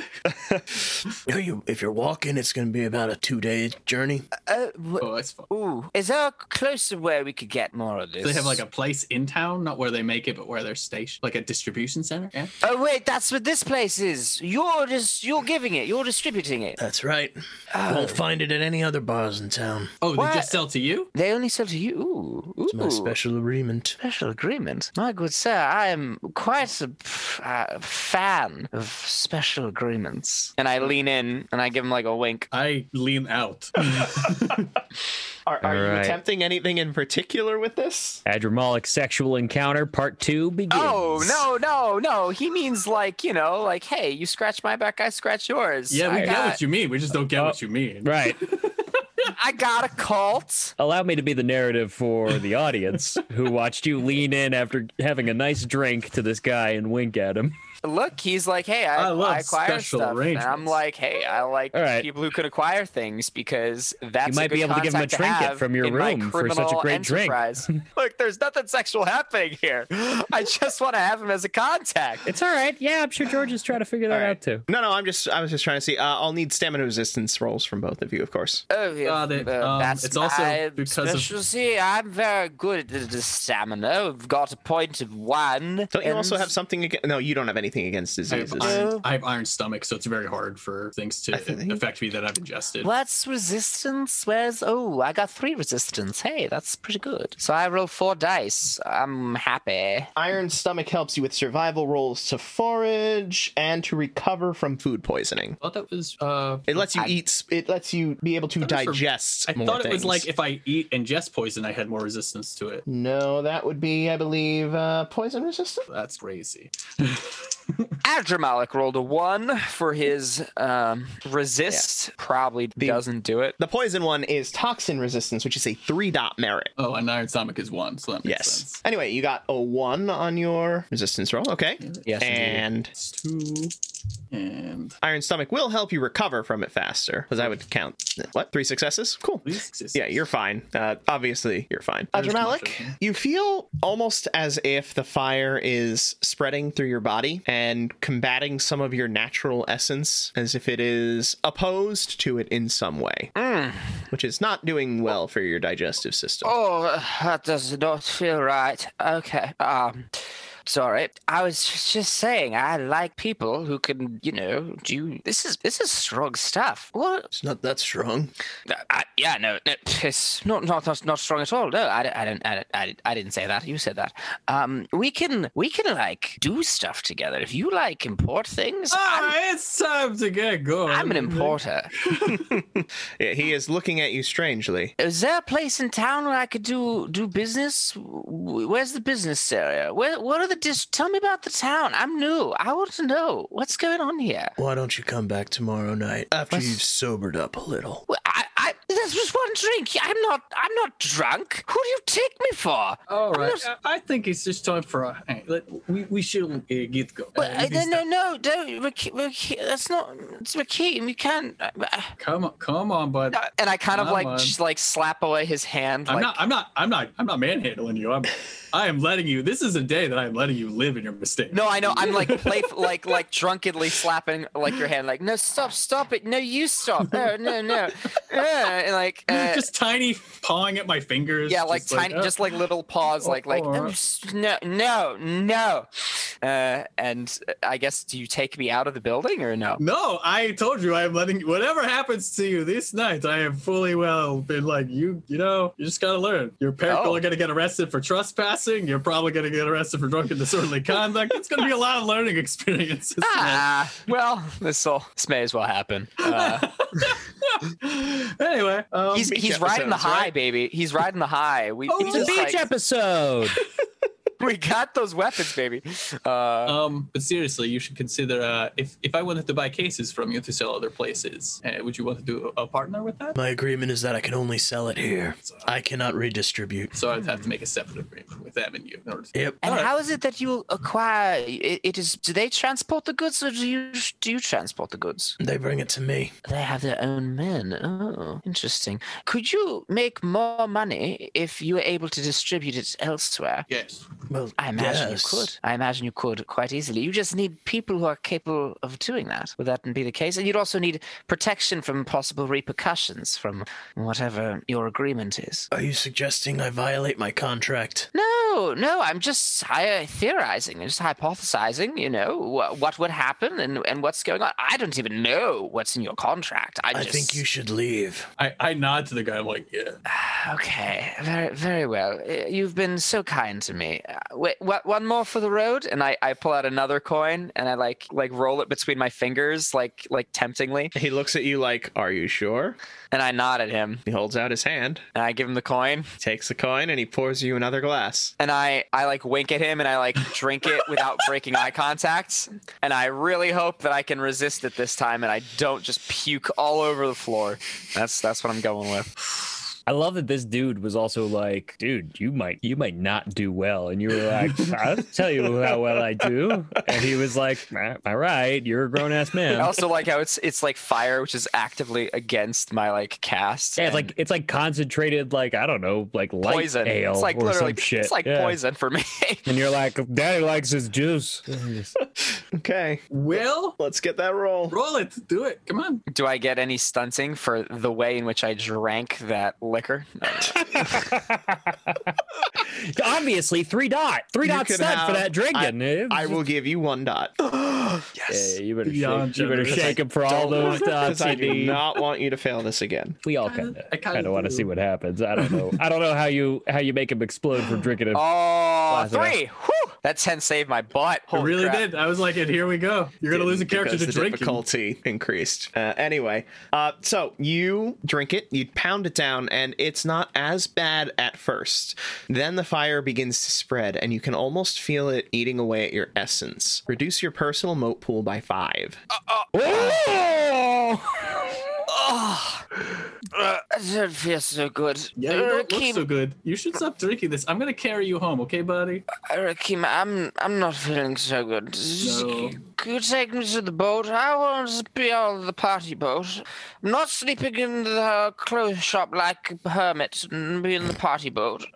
Speaker 1: you, if you're walking, it's going to be about a two day journey.
Speaker 4: Uh, w-
Speaker 3: Oh, it's fun.
Speaker 4: ooh, is there a closer where we could get more of this?
Speaker 3: They have like a place in town, not where they make it, but where they're stationed, like a distribution center. Yeah.
Speaker 4: Oh wait, that's what this place is. You're just you're giving it. You're distributing it.
Speaker 1: That's right. Uh, Won't find it at any other bars in town.
Speaker 3: Oh,
Speaker 4: What?
Speaker 3: they just sell to you?
Speaker 4: They only sell to you. Ooh, ooh.
Speaker 1: agreement.
Speaker 4: special agreement. My good sir, I am quite a uh, fan of special agreements. And I lean in and I give him like a wink.
Speaker 3: I lean out.
Speaker 1: Are, are you
Speaker 2: Alright.
Speaker 1: attempting anything in particular with this?
Speaker 2: Adramalic sexual encounter part two begins.
Speaker 4: Oh no no no! He means like you know, like hey, you scratch my back, I scratch yours.
Speaker 3: yeah, we
Speaker 4: I
Speaker 3: get
Speaker 4: got,
Speaker 3: what you mean. We just don't get what you mean.
Speaker 2: Right.
Speaker 4: I got a cult.
Speaker 2: Allow me to be the narrative for the audience who watched you lean in after having a nice drink to this guy and wink at him.
Speaker 4: Look, he's like, hey, I,
Speaker 3: I love
Speaker 4: acquire
Speaker 3: special
Speaker 4: stuff, and I'm
Speaker 3: arrangements.
Speaker 4: like, hey, I like
Speaker 2: All right.
Speaker 4: people who can acquire things because that's
Speaker 2: might
Speaker 4: a good
Speaker 2: be able to give him a
Speaker 4: contact
Speaker 2: trinket
Speaker 4: have
Speaker 2: from your
Speaker 4: in my
Speaker 2: room for such a
Speaker 4: criminal
Speaker 2: great drink.
Speaker 4: enterprise. Look, there's nothing sexual happening here. I just want to have him as a contact.
Speaker 2: It's all right. Yeah, I'm sure George is trying to figure that
Speaker 1: All right.
Speaker 2: out too.
Speaker 1: No, no. I'm just. I was just trying to see. Uh, I'll need stamina resistance rolls from both of you, of course.
Speaker 4: Oh, yeah.
Speaker 3: Got it.
Speaker 4: uh,
Speaker 3: Um,
Speaker 4: that's
Speaker 3: it's also
Speaker 4: my
Speaker 3: because of-
Speaker 4: specialty. I'm very good at the stamina. I've got a point of one.
Speaker 1: Don't you also
Speaker 4: and-
Speaker 1: have something against? No, you don't have anything against
Speaker 3: I have,
Speaker 1: diseases.
Speaker 3: iron, I have iron stomach, so it's very hard for things to
Speaker 1: I think-
Speaker 3: affect me that I've ingested.
Speaker 4: What's resistance? Where's oh, I got three resistance. Hey, that's pretty good. So I roll four dice. I'm happy.
Speaker 1: Iron stomach helps you with survival rolls to forage and to recover from food poisoning.
Speaker 3: I thought that was. Uh,
Speaker 1: It lets you
Speaker 4: I-
Speaker 1: eat. sp- It lets you be able to
Speaker 3: thought it was for-
Speaker 1: digest.
Speaker 3: I
Speaker 1: more
Speaker 3: thought it
Speaker 1: things.
Speaker 3: was like if I eat and ingest poison, I had more resistance to
Speaker 4: Hmm.
Speaker 3: it.
Speaker 1: No, that would be, I believe, uh, poison resistant.
Speaker 3: That's crazy.
Speaker 4: Adramalik rolled a one for his um, resist. Probably doesn't do it.
Speaker 1: The poison one is toxin resistance, which is a three dot merit.
Speaker 3: Oh, and iron stomach is one, so that makes
Speaker 1: Yes.
Speaker 3: sense.
Speaker 1: Anyway, you got a one on your resistance roll. Okay.
Speaker 4: Yes, indeed.
Speaker 1: And
Speaker 3: It's two, and
Speaker 1: Iron Stomach will help you recover from it faster, because I would count. What? Three successes? Cool.
Speaker 3: these exist.
Speaker 1: Yeah, you're fine. Uh, obviously, you're fine.
Speaker 3: There's
Speaker 1: Adramalic,
Speaker 3: much of it.
Speaker 1: you feel almost as if the fire is spreading through your body and combating some of your natural essence, as if it is opposed to it in some way,
Speaker 4: Mm.
Speaker 1: which is not doing well for your digestive system.
Speaker 4: Oh, that does not feel right. Okay. Um, sorry. I was just saying I like people who can, you know, do this is this is strong stuff. What?
Speaker 1: It's not that strong.
Speaker 4: Uh, I, yeah, no, no, it's not not not, not strong at all. No, I, don't- I don't I, don't- I, don't- I didn't say that. You said that. Um, we can we can like do stuff together. If you like import things, I'm,
Speaker 3: Ah, it's time to get going.
Speaker 4: I'm an importer.
Speaker 1: Yeah, he is looking at you strangely.
Speaker 4: Is there a place in town where I could do do business? W- Where's the business area? Where what are the dis? Tell me about the town. I'm new. I want to know what's going on here.
Speaker 1: Why don't you come back tomorrow night after you've sobered up a little?
Speaker 4: Well, I, I this was one drink. I'm not I'm not drunk. Who do you take me for?
Speaker 3: All
Speaker 4: I'm
Speaker 3: right.
Speaker 4: not-
Speaker 3: I I think it's just time for a hang. Let- We, we should uh, get going.
Speaker 4: Well,
Speaker 3: Uh,
Speaker 4: I-
Speaker 3: these
Speaker 4: no, no, no, don't. Rakeem, Rakeem, that's not. It's Rakeem. You can't. uh, uh,
Speaker 3: Come on, come on, bud.
Speaker 4: uh, And I kind of
Speaker 3: Come
Speaker 4: like
Speaker 3: on.
Speaker 4: just like slap away his hand.
Speaker 3: I'm
Speaker 4: like,
Speaker 3: not. I'm not. I'm not. I'm not manhandling you. I'm. I am letting you. This is a day that I'm letting you live in your mistake.
Speaker 4: No, I know. I'm like play, like like drunkenly slapping like your hand, like no, stop, stop it, no, you stop, no, no, no, Uh, and like uh,
Speaker 3: just tiny pawing at my fingers.
Speaker 4: yeah, like tiny,
Speaker 3: uh,
Speaker 4: just like little paws,
Speaker 3: Oh,
Speaker 4: like like
Speaker 3: all
Speaker 4: no,
Speaker 3: right.
Speaker 4: s- no, no, no. Uh, and I guess do you take me out of the building or no?
Speaker 3: No, I told you I'm letting whatever happens to you this night. I have fully well been like you. You know, you just gotta learn. Your parents
Speaker 4: Oh.
Speaker 3: are gonna get arrested for trespassing. You're probably gonna get arrested for drunken disorderly conduct. It's gonna be a lot of learning experiences.
Speaker 4: Ah, well, this will this may as well happen. Uh,
Speaker 3: anyway, um,
Speaker 4: he's
Speaker 1: beach
Speaker 4: he's riding the
Speaker 1: episodes, right?
Speaker 4: high, baby. He's riding the high. We
Speaker 3: Oh,
Speaker 4: we
Speaker 2: It's a
Speaker 4: just,
Speaker 2: beach
Speaker 4: like-
Speaker 2: episode.
Speaker 4: we got those weapons, baby. Uh,
Speaker 3: Um, but seriously, you should consider uh, if if I wanted to buy cases from you to sell other places, uh, would you want to do a, a partner with that?
Speaker 5: My agreement is that I can only sell it here. I cannot redistribute.
Speaker 3: So I'd have to make a separate agreement with them and you. In order to-
Speaker 5: Yep.
Speaker 4: and
Speaker 3: Alright.
Speaker 4: how is it that you acquire? It, it is. Do they transport the goods, or do you do you transport the goods?
Speaker 5: They bring it to me.
Speaker 4: They have their own men. Oh, interesting. Could you make more money if you were able to distribute it elsewhere?
Speaker 3: Yes.
Speaker 5: Well,
Speaker 4: I imagine
Speaker 5: yes.
Speaker 4: you could. I imagine you could quite easily. You just need people who are capable of doing that. Would that be the case? And you'd also need protection from possible repercussions from whatever your agreement is.
Speaker 5: Are you suggesting I violate my contract?
Speaker 4: No, no, I'm just hi- theorizing, just hypothesizing, you know, wha what would happen and, and what's going on. I don't even know what's in your contract. I,
Speaker 5: I
Speaker 4: just,
Speaker 5: think you should leave.
Speaker 3: I, I nod to the guy. I'm like, yeah.
Speaker 4: Okay, very, very well. Uh, You've been so kind to me. Uh, Wait, what, one more for the road, and I, I pull out another coin and I like like roll it between my fingers, like like temptingly,
Speaker 1: He looks at you like, Are you sure?
Speaker 4: and I nod at him
Speaker 1: He holds out his hand,
Speaker 4: and I give him the coin
Speaker 1: takes the coin, and he pours you another glass.
Speaker 4: and I I like wink at him and I like drink it without breaking eye contact, and I really hope that I can resist it this time and I don't just puke all over the floor. That's that's what I'm going with.
Speaker 2: I love that this dude was also like, dude, you might you might not do well. And you were like, I'll tell you how well I do. And he was like, "Ah, all right, you're a grown ass man.
Speaker 4: I also like how it's it's like fire, which is actively against my like cast.
Speaker 2: Yeah, it's
Speaker 4: and-
Speaker 2: like it's like concentrated, like I don't know, like light
Speaker 4: poison.
Speaker 2: ale
Speaker 4: it's like
Speaker 2: or
Speaker 4: literally,
Speaker 2: some shit.
Speaker 4: it's like
Speaker 2: Yeah.
Speaker 4: poison for me.
Speaker 2: And you're like, Daddy likes his juice.
Speaker 1: Okay,
Speaker 3: Well,
Speaker 1: let's get that roll.
Speaker 3: roll it. Do it. Come on.
Speaker 4: Do I get any stunting for the way in which I drank that liquor?
Speaker 2: Obviously, three dot, three
Speaker 1: You
Speaker 2: dot
Speaker 1: can
Speaker 2: stunt for
Speaker 1: have-
Speaker 2: that drinking. It was
Speaker 1: I will
Speaker 2: just-
Speaker 1: give you one dot
Speaker 4: yes.
Speaker 2: Yeah, you better
Speaker 3: Beyond
Speaker 2: shake, you better
Speaker 3: generous.
Speaker 2: shake him for all those
Speaker 1: because
Speaker 2: dots.
Speaker 3: uh,
Speaker 1: I
Speaker 2: you
Speaker 1: do
Speaker 2: need.
Speaker 1: not want you to fail this again.
Speaker 2: We all kind
Speaker 3: Kinda-
Speaker 2: of
Speaker 3: I kinda
Speaker 2: kind of want to
Speaker 3: do.
Speaker 2: see what happens. I don't know. I don't know how you how you make him explode from drinking it.
Speaker 4: Oh,
Speaker 2: Blast it out.
Speaker 4: three. Whew. That 10 saved my butt.
Speaker 3: I
Speaker 4: Holy
Speaker 3: really
Speaker 4: crap.
Speaker 3: did. I was like, and here we go. You're gonna lose a character
Speaker 1: because the
Speaker 3: to drinking.
Speaker 1: difficulty increased. Uh, anyway, uh, so you drink it, you pound it down, and it's not as bad at first. Then the fire begins to spread, and you can almost feel it eating away at your essence. Reduce your personal moat pool by five. Ah.
Speaker 4: Oh. Uh, I don't feel so good.
Speaker 3: Yeah, you don't look
Speaker 4: Rakim,
Speaker 3: so good. You should stop drinking this. I'm gonna carry you home, okay, buddy?
Speaker 4: Rakim, I'm I'm not feeling so good.
Speaker 3: No.
Speaker 4: Could you take me to the boat? I want to be on the party boat. I'm not sleeping in the clothes shop like a hermit and be in the party boat.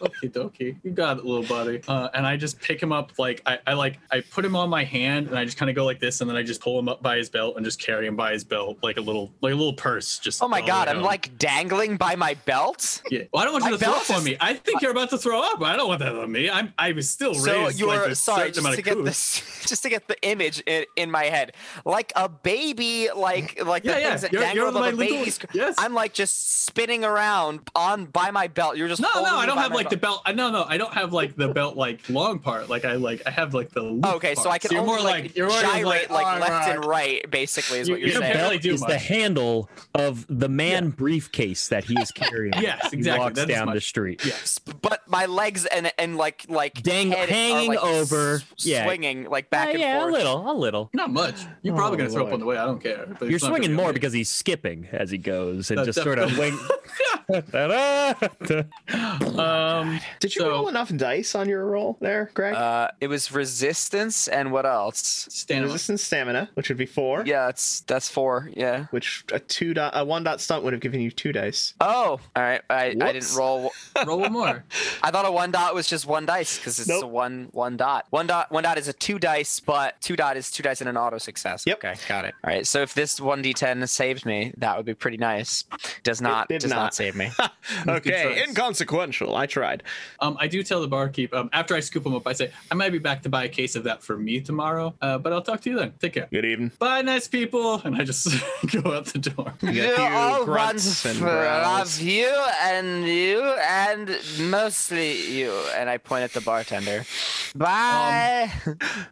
Speaker 3: Okie dokie. You got it, little buddy. Uh, and I just pick him up like I, I like I put him on my hand and I just kind of go like this and then I just pull him up by his belt and just carry him by his belt like a little like a little purse. Just
Speaker 4: Oh my
Speaker 3: all
Speaker 4: god, I'm
Speaker 3: around.
Speaker 4: like dangling by my belt.
Speaker 3: Yeah. Well, I don't want
Speaker 4: my
Speaker 3: you to throw
Speaker 4: belt
Speaker 3: up on
Speaker 4: is-
Speaker 3: me. I think you're about to throw up. I don't want that on me. I'm I was still
Speaker 4: So
Speaker 3: raised like
Speaker 4: you're
Speaker 3: a
Speaker 4: sorry,
Speaker 3: certain amount
Speaker 4: just to
Speaker 3: of couth.
Speaker 4: get this, just to get the image in, in my head, like a baby, like like
Speaker 3: Yeah,
Speaker 4: the
Speaker 3: yeah,
Speaker 4: things that
Speaker 3: you're-
Speaker 4: dangle
Speaker 3: you're
Speaker 4: above
Speaker 3: my
Speaker 4: a
Speaker 3: legal-
Speaker 4: baby's.
Speaker 3: yes.
Speaker 4: I'm like just spinning around on by my belt. You're just
Speaker 3: No,
Speaker 4: holding
Speaker 3: no, I
Speaker 4: me
Speaker 3: don't
Speaker 4: by
Speaker 3: have
Speaker 4: my
Speaker 3: like the
Speaker 4: belt.
Speaker 3: belt. I- No, no, I don't have like the belt like long part. Like I like I have like the loop
Speaker 4: Oh, Okay, so
Speaker 3: part.
Speaker 4: I can
Speaker 3: you're
Speaker 4: only
Speaker 3: more
Speaker 4: like,
Speaker 3: you're more
Speaker 4: gyrate like,
Speaker 3: "All
Speaker 4: left
Speaker 3: right."
Speaker 4: and right, basically, is
Speaker 3: You-
Speaker 4: what you're
Speaker 3: you
Speaker 4: saying.
Speaker 3: barely do
Speaker 2: is the
Speaker 3: much.
Speaker 2: handle of the man briefcase that he is carrying.
Speaker 3: Yes,
Speaker 2: as he
Speaker 3: exactly,
Speaker 2: Walks
Speaker 3: that is
Speaker 2: down
Speaker 3: much-
Speaker 2: the street.
Speaker 3: Yes.
Speaker 4: But my legs and and like like
Speaker 2: Dang-
Speaker 4: head are,
Speaker 2: hanging
Speaker 4: like,
Speaker 2: over.
Speaker 4: s-
Speaker 2: Yeah.
Speaker 4: swinging like back
Speaker 2: Uh,
Speaker 4: and
Speaker 2: yeah,
Speaker 4: forth.
Speaker 2: a little, a little.
Speaker 3: Not much. You're probably
Speaker 1: Oh,
Speaker 3: gonna throw up
Speaker 1: Lord.
Speaker 3: on the way. I don't care. but
Speaker 2: You're
Speaker 3: it's not gonna
Speaker 2: swinging
Speaker 3: be on
Speaker 2: more
Speaker 3: me.
Speaker 2: because he's skipping as he goes and
Speaker 3: No,
Speaker 2: just sort of wing. Ta-da!
Speaker 4: Oh
Speaker 3: um
Speaker 1: Did you
Speaker 3: So-
Speaker 1: roll enough dice on your roll there, Greg?
Speaker 4: Uh, it was resistance and what else?
Speaker 3: stand up.
Speaker 1: Resistance stamina, which would be four.
Speaker 4: Yeah, that's that's four. Yeah.
Speaker 1: Which a two dot, a one dot stunt would have given you two dice.
Speaker 4: Oh, all right. I, I didn't
Speaker 1: Whoops.
Speaker 4: roll.
Speaker 3: Roll one more.
Speaker 4: I thought a one dot was just one dice because it's a
Speaker 1: Nope.
Speaker 4: one one dot. One dot one dot is a two dice, but two dot is two dice and an auto success.
Speaker 1: Yep.
Speaker 4: Okay, got it. All right. So if this one d10 saved me, that would be pretty nice. Does not
Speaker 1: did
Speaker 4: does not.
Speaker 1: not.
Speaker 4: save me.
Speaker 1: okay,
Speaker 3: tries.
Speaker 1: inconsequential. I tried.
Speaker 3: Um, I do tell the barkeep um, after I scoop him up. I say I might be back to buy a case of that for me tomorrow. Uh, but I'll talk to you then. Take care.
Speaker 1: Good evening.
Speaker 3: Bye, nice people. And I just go out the door.
Speaker 1: You got a
Speaker 4: You
Speaker 1: few
Speaker 4: all
Speaker 1: grunts and
Speaker 4: want
Speaker 1: growls.
Speaker 4: love you and you and mostly you. And I point at the bartender. Bye.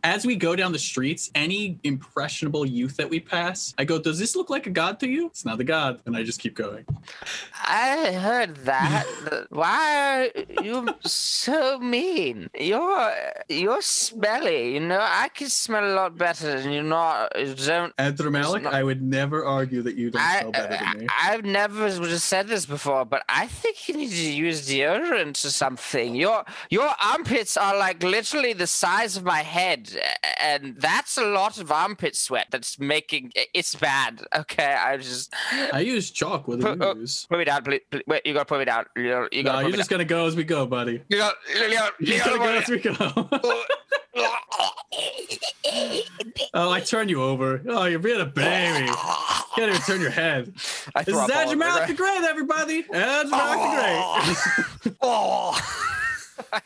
Speaker 3: As we go down the streets, any impressionable youth that we pass, I go, "Does this look like a god to you?" It's not a god, and I just keep going.
Speaker 4: I heard that. Why are you're so mean. You're you're smelly. You know, I can smell a lot better than you. Not you don't.
Speaker 3: Andrew Malik,
Speaker 4: not-
Speaker 3: I would never argue that you don't
Speaker 4: I,
Speaker 3: smell better than me.
Speaker 4: I- I've never said this before, but I think you need to use deodorant or something. Your your armpits are like literally the size of my head, a- and that's a lot of armpit sweat. That's making it's bad. Okay, I just
Speaker 3: I use chalk. What do
Speaker 4: Uh, uh,
Speaker 3: you use?
Speaker 4: put me down. Please, please. Wait, you gotta put me down. You gotta, you
Speaker 3: No,
Speaker 4: gotta
Speaker 3: you're
Speaker 4: put me
Speaker 3: just gonna go as we go, buddy.
Speaker 4: down. You gotta, you gotta,
Speaker 3: You're just
Speaker 4: you gotta
Speaker 3: gonna
Speaker 4: put
Speaker 3: go
Speaker 4: me
Speaker 3: as we go. oh, I turn you over. Oh, you're being a baby. You can't even turn your head.
Speaker 4: I
Speaker 3: This
Speaker 4: throw
Speaker 3: is
Speaker 4: up all over
Speaker 3: Andrew Malik the
Speaker 4: her.
Speaker 3: Great, everybody. Andrew Malik the Great.
Speaker 4: Oh.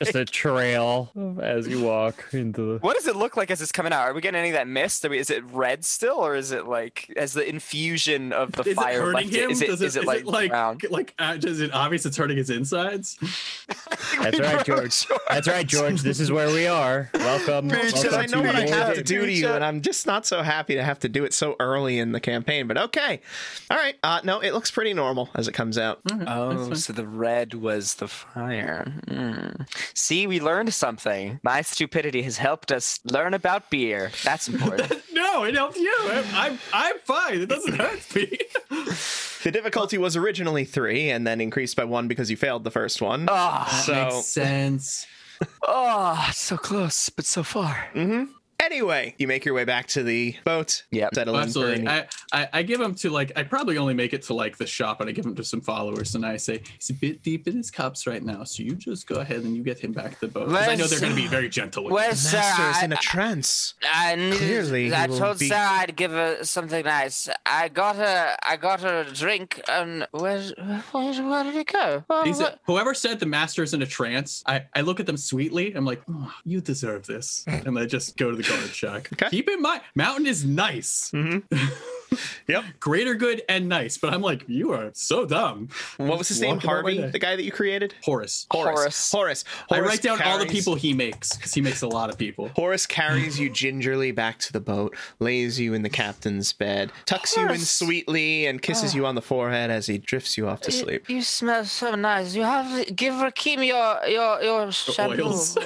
Speaker 2: Just a trail as you walk into the.
Speaker 6: What does it look like as it's coming out? Are we getting any of that mist? Are we, is it red still, or is it like as the infusion of the
Speaker 3: Is it
Speaker 6: fire
Speaker 3: hurting
Speaker 6: left
Speaker 3: him?
Speaker 6: it? Is it,
Speaker 3: Does
Speaker 6: is it like,
Speaker 3: like
Speaker 6: brown?
Speaker 3: like uh, is it obvious it's hurting his insides?
Speaker 2: That's right, George. That's right, George. This is where we are. Welcome.
Speaker 6: Bitch,
Speaker 2: welcome
Speaker 1: Because I know
Speaker 2: to
Speaker 1: what I
Speaker 2: Boy
Speaker 1: have
Speaker 2: Di-
Speaker 1: to do to you, and I'm just not so happy to have to do it so early in the campaign. But okay, all right. Uh, no, it looks pretty normal as it comes out.
Speaker 4: Oh, so the red was the fire. Hmm. See, we learned something. My stupidity has helped us learn about beer. That's important.
Speaker 3: No, it helped you. I'm I'm, I'm fine. It doesn't hurt me.
Speaker 1: The difficulty was originally three, and then increased by one because you failed the first one.
Speaker 4: oh,
Speaker 1: so
Speaker 3: sense.
Speaker 4: oh, so close, but so far.
Speaker 1: anyway, you make your way back to the boat.
Speaker 4: Yep.
Speaker 1: Settle in for
Speaker 3: Absolutely.
Speaker 1: any-
Speaker 3: I, I I give him to like I probably only make it to like the shop and I give him to some followers and I say he's a bit deep in his cups right now, so you just go ahead and you get him back to the boat. 'Cause I know they're
Speaker 4: Where's-
Speaker 3: going to be very gentle. With
Speaker 4: Well,
Speaker 3: him.
Speaker 4: sir,
Speaker 1: Master is
Speaker 4: I,
Speaker 1: in a trance.
Speaker 4: I needed-
Speaker 1: Clearly,
Speaker 4: I
Speaker 1: he will
Speaker 4: told
Speaker 1: be-
Speaker 4: Sarah I'd give her something nice. I got her. I got her a drink, and where's where, where did it go? Well,
Speaker 3: He's
Speaker 4: where-
Speaker 3: a, whoever said the master's in a trance, I, I look at them sweetly. I'm like, oh, you deserve this. And I just go to the guard shack.
Speaker 1: Okay. Mm-hmm.
Speaker 3: Keep in mind, Mountain is nice.
Speaker 1: Yep.
Speaker 3: Greater good and nice. But I'm like, you are so dumb.
Speaker 1: What was his
Speaker 3: Just
Speaker 1: name?
Speaker 3: walking about my
Speaker 1: Harvey,
Speaker 3: day.
Speaker 1: the guy that you created.
Speaker 3: Horace.
Speaker 1: Horace. Horace.
Speaker 3: I
Speaker 1: Horace
Speaker 3: write down all the
Speaker 1: carries-
Speaker 3: people he makes because he makes a lot of people.
Speaker 1: Horace carries you gingerly back to the boat, lays you in the captain's bed, tucks you in
Speaker 4: Horace.
Speaker 1: sweetly, and kisses
Speaker 3: Ah.
Speaker 1: you on the forehead as he drifts you off to
Speaker 4: You-
Speaker 1: sleep.
Speaker 4: You, smell so nice. You have give Rakim your your your shampoo.
Speaker 3: Oils.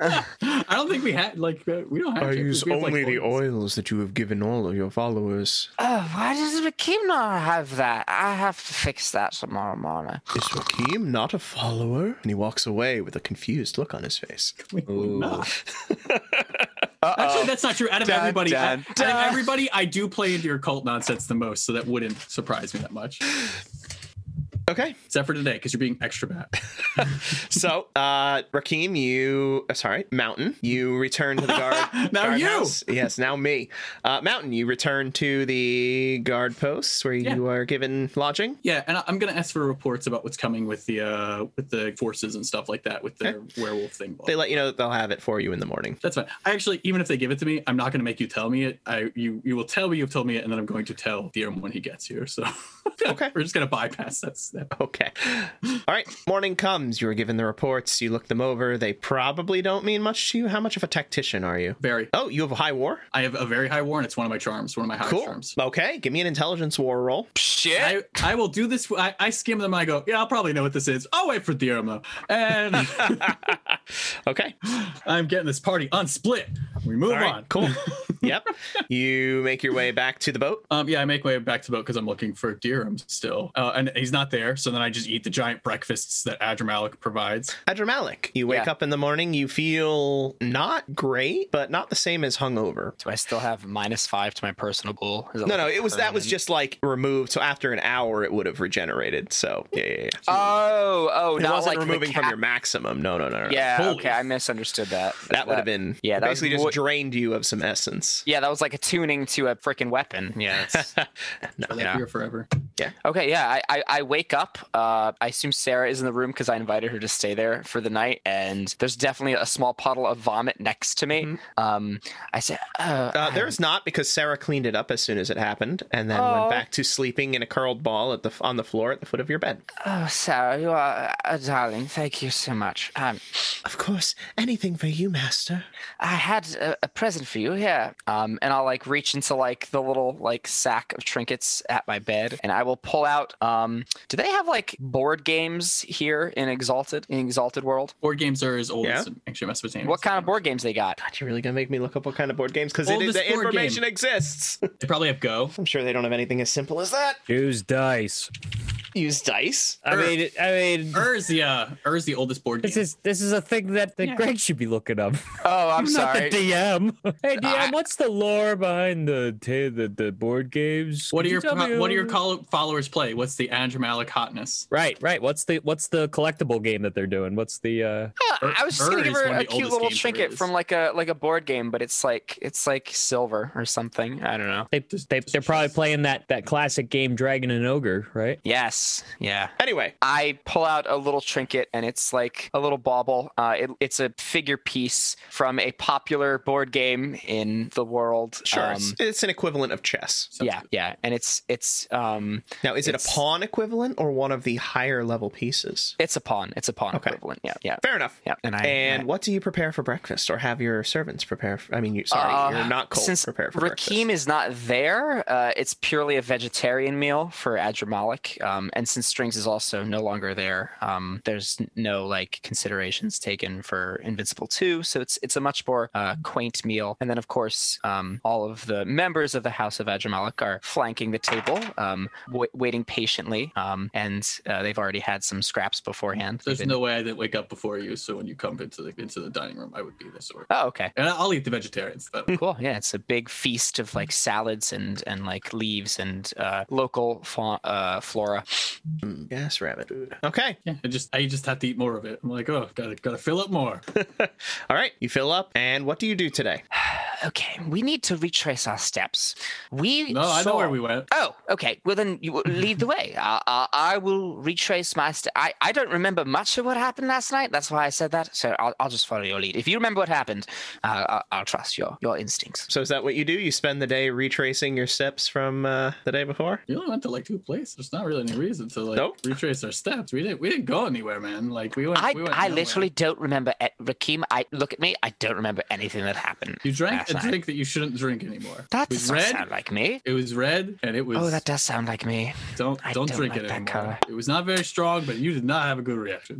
Speaker 3: I don't think we had like uh, we don't have. to, 'cause we have, like, oils.
Speaker 1: oils that you have given all of your followers.
Speaker 4: Oh, why does Rakim not have that? I have to fix that tomorrow morning.
Speaker 1: Is Rakim not a follower? And he walks away with a confused look on his face.
Speaker 3: No. Actually, that's not true. Out of
Speaker 6: Dun,
Speaker 3: everybody,
Speaker 6: dun,
Speaker 3: out, of
Speaker 6: dun.
Speaker 3: everybody, I do play into your cult nonsense the most, so that wouldn't surprise me that much.
Speaker 1: Okay,
Speaker 3: Except for today, because you're being extra bad.
Speaker 1: so uh, Rakim, you uh, sorry, Mountain, you return to the guard.
Speaker 3: Now
Speaker 1: guard
Speaker 3: you!
Speaker 1: house. yes, now me, uh, Mountain. You return to the guard posts where you are given lodging.
Speaker 3: Yeah, and I- I'm gonna ask for reports about what's coming with the uh with the forces and stuff like that with the werewolf thing.
Speaker 1: They let you know that they'll have it for you in the morning.
Speaker 3: That's fine. I actually, even if they give it to me, I'm not gonna make you tell me it. I you you will tell me you've told me it, and then I'm going to tell Dearm when he gets here. So
Speaker 1: Okay.
Speaker 3: we're just gonna bypass that step.
Speaker 1: Okay. All right. Morning comes. You are given the reports. You look them over. They probably don't mean much to you. How much of a tactician are you?
Speaker 3: Very.
Speaker 1: Oh, you have a high war?
Speaker 3: I have a very high warrant. It's one of my charms. One of my high
Speaker 1: Cool.
Speaker 3: charms.
Speaker 1: Okay. Give me an intelligence war roll.
Speaker 6: Shit.
Speaker 3: I, I will do this. I, I skim them. I go, yeah, I'll probably know what this is. I'll wait for Theorem though. And
Speaker 1: Okay.
Speaker 3: I'm getting this party unsplit. We move
Speaker 1: All right,
Speaker 3: on.
Speaker 1: cool. Yep. you make your way back to the boat.
Speaker 3: Um, yeah, I make my way back to the boat because I'm looking for Dirham still, uh, and he's not there. So then I just eat the giant breakfasts that Adramalik provides.
Speaker 1: Adramalic. You wake
Speaker 4: Yeah.
Speaker 1: up in the morning. You feel not great, but not the same as hungover.
Speaker 4: Do I still have minus five to my personal goal? Is
Speaker 1: No,
Speaker 4: like
Speaker 1: no,
Speaker 4: a
Speaker 1: it was that was
Speaker 4: permanent-
Speaker 1: just like removed. So after an hour, it would have regenerated. So yeah, yeah, yeah.
Speaker 4: Oh, oh,
Speaker 1: it
Speaker 4: not
Speaker 1: wasn't
Speaker 4: like the
Speaker 1: removing from
Speaker 4: cat-
Speaker 1: your maximum. No, no, no, no. no.
Speaker 4: Yeah,
Speaker 3: Holy
Speaker 4: okay, I misunderstood that.
Speaker 1: that would have been
Speaker 4: Yeah,
Speaker 1: it
Speaker 4: that was
Speaker 1: basically just
Speaker 4: what-
Speaker 1: drained you of some essence.
Speaker 4: Yeah, that was like a tuning to a freaking weapon. Yeah. that's-
Speaker 3: I'll
Speaker 4: Yeah.
Speaker 3: here forever.
Speaker 4: okay. Yeah. I, I, I wake up. Uh, I assume Sarah is in the room because I invited her to stay there for the night. And there's definitely a small puddle of vomit next to me. Um, I say, uh,
Speaker 1: Uh, there's not because Sarah cleaned it up as soon as it happened, and then went
Speaker 4: Oh.
Speaker 1: back to sleeping in a curled ball at the on the floor at the foot of your bed.
Speaker 4: oh, Sarah, you are a darling. Thank you so much. Um,
Speaker 1: Of course, anything for you, master.
Speaker 4: I had a, a present for you here. Um, and I'll like reach into like the little like sack of trinkets at my bed, and I will pull out. Um, do they have like board games here in Exalted in Exalted World?
Speaker 3: Board games are as old
Speaker 1: Yeah.
Speaker 3: as actually Mesopotamia.
Speaker 4: What kind of board games they got?
Speaker 1: God, you're really gonna make me look up what kind of board games because
Speaker 3: Oldest
Speaker 1: the
Speaker 3: board game.
Speaker 1: information exists.
Speaker 3: They probably have Go.
Speaker 1: I'm sure they don't have anything as simple as that.
Speaker 2: Choose dice.
Speaker 1: Use dice.
Speaker 2: I mean, it- I mean,
Speaker 3: Er. Erzia. Er's the oldest board game.
Speaker 2: this is this is a thing that, that Greg should be looking up.
Speaker 4: Oh, I'm
Speaker 2: Not
Speaker 4: sorry.
Speaker 2: the DM. Hey DM,
Speaker 4: I-
Speaker 2: what's the lore behind the ta- the, the board games?
Speaker 3: what
Speaker 2: Could
Speaker 3: do
Speaker 2: you
Speaker 3: your
Speaker 2: tell me
Speaker 3: pro- what do
Speaker 2: a
Speaker 3: your
Speaker 2: little-
Speaker 3: col- followers play? What's the Andromalic hotness?
Speaker 2: Right, right. What's the what's the collectible game that they're doing? What's the uh
Speaker 4: Yeah,
Speaker 3: Ur-
Speaker 4: I was just gonna
Speaker 3: Ur
Speaker 4: give
Speaker 3: is
Speaker 4: her
Speaker 3: one of
Speaker 4: a
Speaker 3: the
Speaker 4: cute
Speaker 3: oldest
Speaker 4: little
Speaker 3: games there
Speaker 4: trinket
Speaker 3: is.
Speaker 4: from like a like a board game, but it's like it's like silver or something. I don't know.
Speaker 2: they,
Speaker 3: Just-
Speaker 2: they
Speaker 3: just
Speaker 2: they're probably
Speaker 3: choice.
Speaker 2: playing that that classic game Dragon and Ogre, right?
Speaker 4: Yes, yeah.
Speaker 1: Anyway,
Speaker 4: I pull out a little trinket and it's like a little bauble. Uh, it, it's a figure piece from a popular board game in the world.
Speaker 1: sure,
Speaker 4: Um,
Speaker 1: it's, it's an equivalent of chess.
Speaker 4: yeah, yeah, and it's it's um
Speaker 1: Now, is it a
Speaker 4: It's-
Speaker 1: pawn equivalent or one of the higher level pieces?
Speaker 4: it's a pawn. It's a pawn
Speaker 1: Okay.
Speaker 4: equivalent. Yeah, yeah,
Speaker 1: Fair enough.
Speaker 4: yeah. And I
Speaker 1: And what do you prepare for breakfast, or have your servants prepare? For, I mean, you, sorry,
Speaker 4: Uh,
Speaker 1: you're not cold.
Speaker 4: since
Speaker 1: prepare for breakfast.
Speaker 4: Rakim is not there, uh, it's purely a vegetarian meal for Adramalik. Um, and since Strings is also no longer there, um, there's n- no like considerations taken for Invincible 2. So it's it's a much more uh, quaint meal. And then of course, um, all of the members of the House of Adramalik are flanking the table, um, w- waiting patiently. Um, and uh, they've already had some scraps beforehand. They've
Speaker 3: There's
Speaker 4: been-
Speaker 3: no way I didn't wake up before you. So when you come into the into the dining room, I would be this sort.
Speaker 4: Oh, okay.
Speaker 3: And I'll eat the vegetarian stuff.
Speaker 4: cool yeah it's a big feast of like salads and and like leaves and uh local fa- uh flora
Speaker 1: Hmm, yes, rabbit food. Okay,
Speaker 3: Yeah, I just I just have to eat more of it. I'm like, oh, gotta gotta fill up more.
Speaker 1: all right. You fill up, and what do you do today?
Speaker 4: okay we need to retrace our steps we
Speaker 3: No, I know
Speaker 4: saw-
Speaker 3: where we went.
Speaker 4: oh okay well then you will lead the way I, I i will retrace my st- i i don't remember much of what happened last night that's why i said that so i'll, I'll just follow your lead if you remember what happened uh, I'll, I'll trust your your instincts
Speaker 1: So is that what you do? You spend the day retracing your steps from uh, the day before?
Speaker 3: You only went to like two places. There's not really any reason to like
Speaker 1: Nope.
Speaker 3: retrace our steps. We didn't we didn't go anywhere, man. Like we went.
Speaker 4: I,
Speaker 3: we went
Speaker 4: I
Speaker 3: nowhere.
Speaker 4: literally don't remember it. Rakim. I look at me. I don't remember anything that happened.
Speaker 3: You drank a
Speaker 4: last night.
Speaker 3: drink that you shouldn't drink anymore.
Speaker 4: That
Speaker 3: it was
Speaker 4: does not
Speaker 3: red.
Speaker 4: sound like me.
Speaker 3: It was red, and it was.
Speaker 4: Oh, that does sound like me.
Speaker 3: don't
Speaker 4: I
Speaker 3: don't
Speaker 4: don't
Speaker 3: drink
Speaker 4: like
Speaker 3: it
Speaker 4: that
Speaker 3: anymore.
Speaker 4: color. Hmm.
Speaker 3: It was not very strong, but you did not have a good reaction.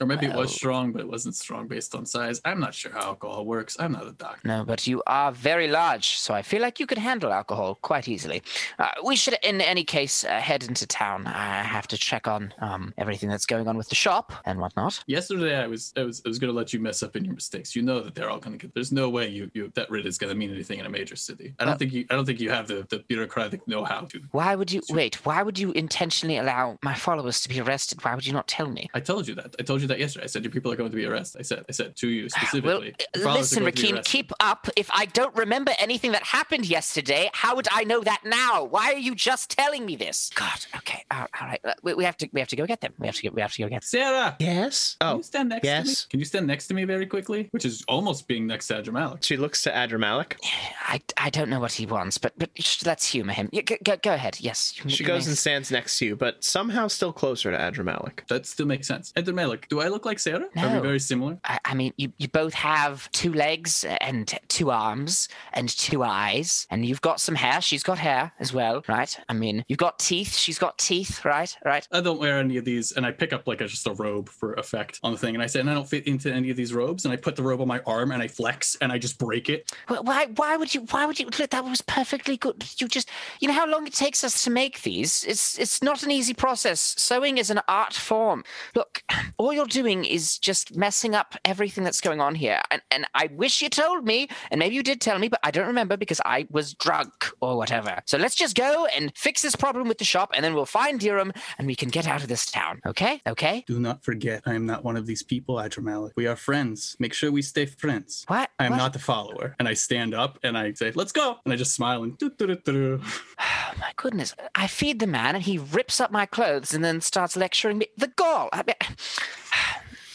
Speaker 3: Or maybe it
Speaker 4: Well-
Speaker 3: was strong, but it wasn't strong based on size. I'm not sure how alcohol works. I'm not a doctor.
Speaker 4: No, but you are very large, so I feel like you could handle alcohol quite easily. Uh, we should, in any case, uh, head into town. I have to check on um, everything that's going on with the shop and whatnot.
Speaker 3: Yesterday, I was I was I was gonna let you mess up in your mistakes. You know that they're all gonna get. There's no way you, you that writ is gonna mean anything in a major city. I don't
Speaker 4: Uh,
Speaker 3: think you I don't think you have the, the bureaucratic know-how to.
Speaker 4: Why would you wait? Why would you intentionally allow my followers to be arrested? Why would you not tell me?
Speaker 3: I told you that. I told you that yesterday. I said your people are going to be arrested. I said I said to you
Speaker 4: Well,
Speaker 3: specifically.
Speaker 4: uh,
Speaker 3: "Your followers are
Speaker 4: listen,
Speaker 3: going to be
Speaker 4: Rakim,
Speaker 3: arrested."
Speaker 4: keep up. If I don't remember anything that happened yesterday, how would I know that now? Why are you just telling me this? God, okay, all all right. uh, We, we have to, we have to go get them. We have to, get, we have to go get them.
Speaker 3: Sarah.
Speaker 1: Yes.
Speaker 3: Can
Speaker 1: Oh,
Speaker 3: you stand next to me?
Speaker 1: yes.
Speaker 3: Can you stand next to me very quickly? Which is almost being next to Adramalic.
Speaker 1: she looks to Adramalic.
Speaker 4: I, I don't know what he wants, but but sh- let's humor him. Yeah, go, go, go ahead. Yes. you-
Speaker 1: She
Speaker 4: you may-
Speaker 1: goes and stands next to you, but somehow still closer to Adramalic.
Speaker 3: That still makes sense. Adramalic, do I look like Sarah? Are we
Speaker 4: No.
Speaker 3: very similar?
Speaker 4: I, I mean, you, you both have two legs and two arms and two eyes, and you've got some hair. She's got hair as well, right? I mean, you've got teeth. She's got teeth, right? Right.
Speaker 3: I don't wear any of these, and I pick up like a, just a robe for effect on the thing, and I say, and I don't fit into any of these robes, and I put the robe on my arm, and I flex, and I just break it.
Speaker 4: Wh- Why? Why would you? Why would you? Look, that was perfectly good. You just, you know, how long it takes us to make these. It's it's not an easy process. Sewing is an art form. Look, all you're doing is just messing up everything that's going on here. And and I wish you told me, and maybe you did tell me, but I don't remember because I was drunk or whatever. So let's just go and fix this problem with the shop, and then we'll find Durham, and we can get out of this town. Okay? Okay?
Speaker 3: Do not forget, I am not one of these people, Adramalic. We are friends. Make sure we stay friends.
Speaker 4: What?
Speaker 3: I am
Speaker 4: What?
Speaker 3: not the follower. And I stand up and I say, let's go. And I just smile and do, do, do, do, do.
Speaker 4: Oh my goodness. I feed the man and he rips up my clothes and then starts lecturing me. The gall. I mean,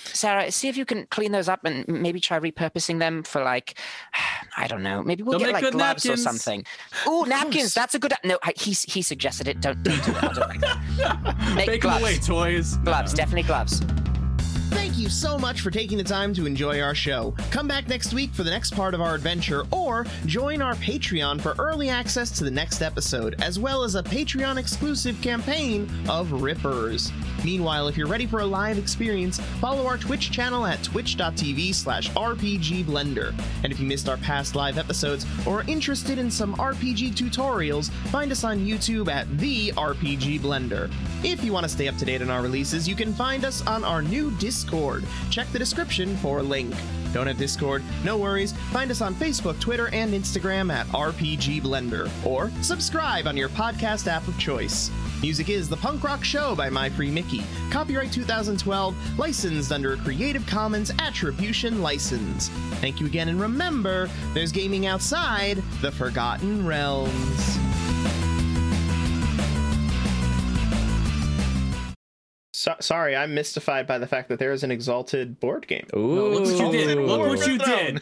Speaker 4: Sarah, see if you can clean those up and maybe try repurposing them for like, I don't know. Maybe we'll
Speaker 3: They'll
Speaker 4: get
Speaker 3: make
Speaker 4: like
Speaker 3: good
Speaker 4: gloves
Speaker 3: napkins.
Speaker 4: or something. Ooh, napkins. That's a good. No, I, he he suggested it. Don't don't do it. I don't like that. Make
Speaker 3: Take them
Speaker 4: gloves.
Speaker 3: away, toys.
Speaker 4: Gloves. Definitely gloves.
Speaker 1: Thank you so much for taking the time to enjoy our show. Come back next week for the next part of our adventure, or join our Patreon for early access to the next episode, as well as a Patreon exclusive campaign of Rippers. Meanwhile, if you're ready for a live experience, follow our Twitch channel at twitch.tv slash rpgblender. And if you missed our past live episodes or are interested in some RPG tutorials, find us on YouTube at the RPG Blender. If you want to stay up to date on our releases, you can find us on our new Discord. Check the description for a link. Don't have Discord? No worries. Find us on Facebook, Twitter, and Instagram at RPG Blender, or subscribe on your podcast app of choice. Music is The Punk Rock Show by My Free Mickey. Copyright 2012, licensed under a Creative Commons Attribution License. Thank you again, and remember, there's gaming outside the Forgotten Realms. So- sorry, I'm mystified by the fact that there is an exalted board game.
Speaker 2: Ooh.
Speaker 3: Look what you did. Look what you did.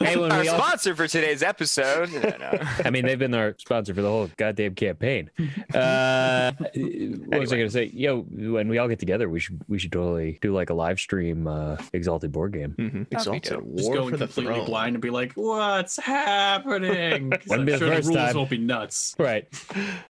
Speaker 2: Hey, when
Speaker 6: Our
Speaker 2: we all-
Speaker 6: sponsor for today's episode. No, no.
Speaker 2: I mean, they've been our sponsor for the whole goddamn campaign. Uh, what was I going to say? Yo, when we all get together, we should we should totally do like a live stream uh, exalted board game.
Speaker 6: Hmm.
Speaker 1: Exalted
Speaker 3: Just
Speaker 1: War
Speaker 3: going
Speaker 1: for the
Speaker 3: completely
Speaker 1: Throne.
Speaker 3: blind and be like, what's happening? 'Cause
Speaker 2: Wouldn't
Speaker 3: I'm
Speaker 2: be the
Speaker 3: sure
Speaker 2: first
Speaker 3: the rules
Speaker 2: time.
Speaker 3: won't be nuts.
Speaker 2: Right.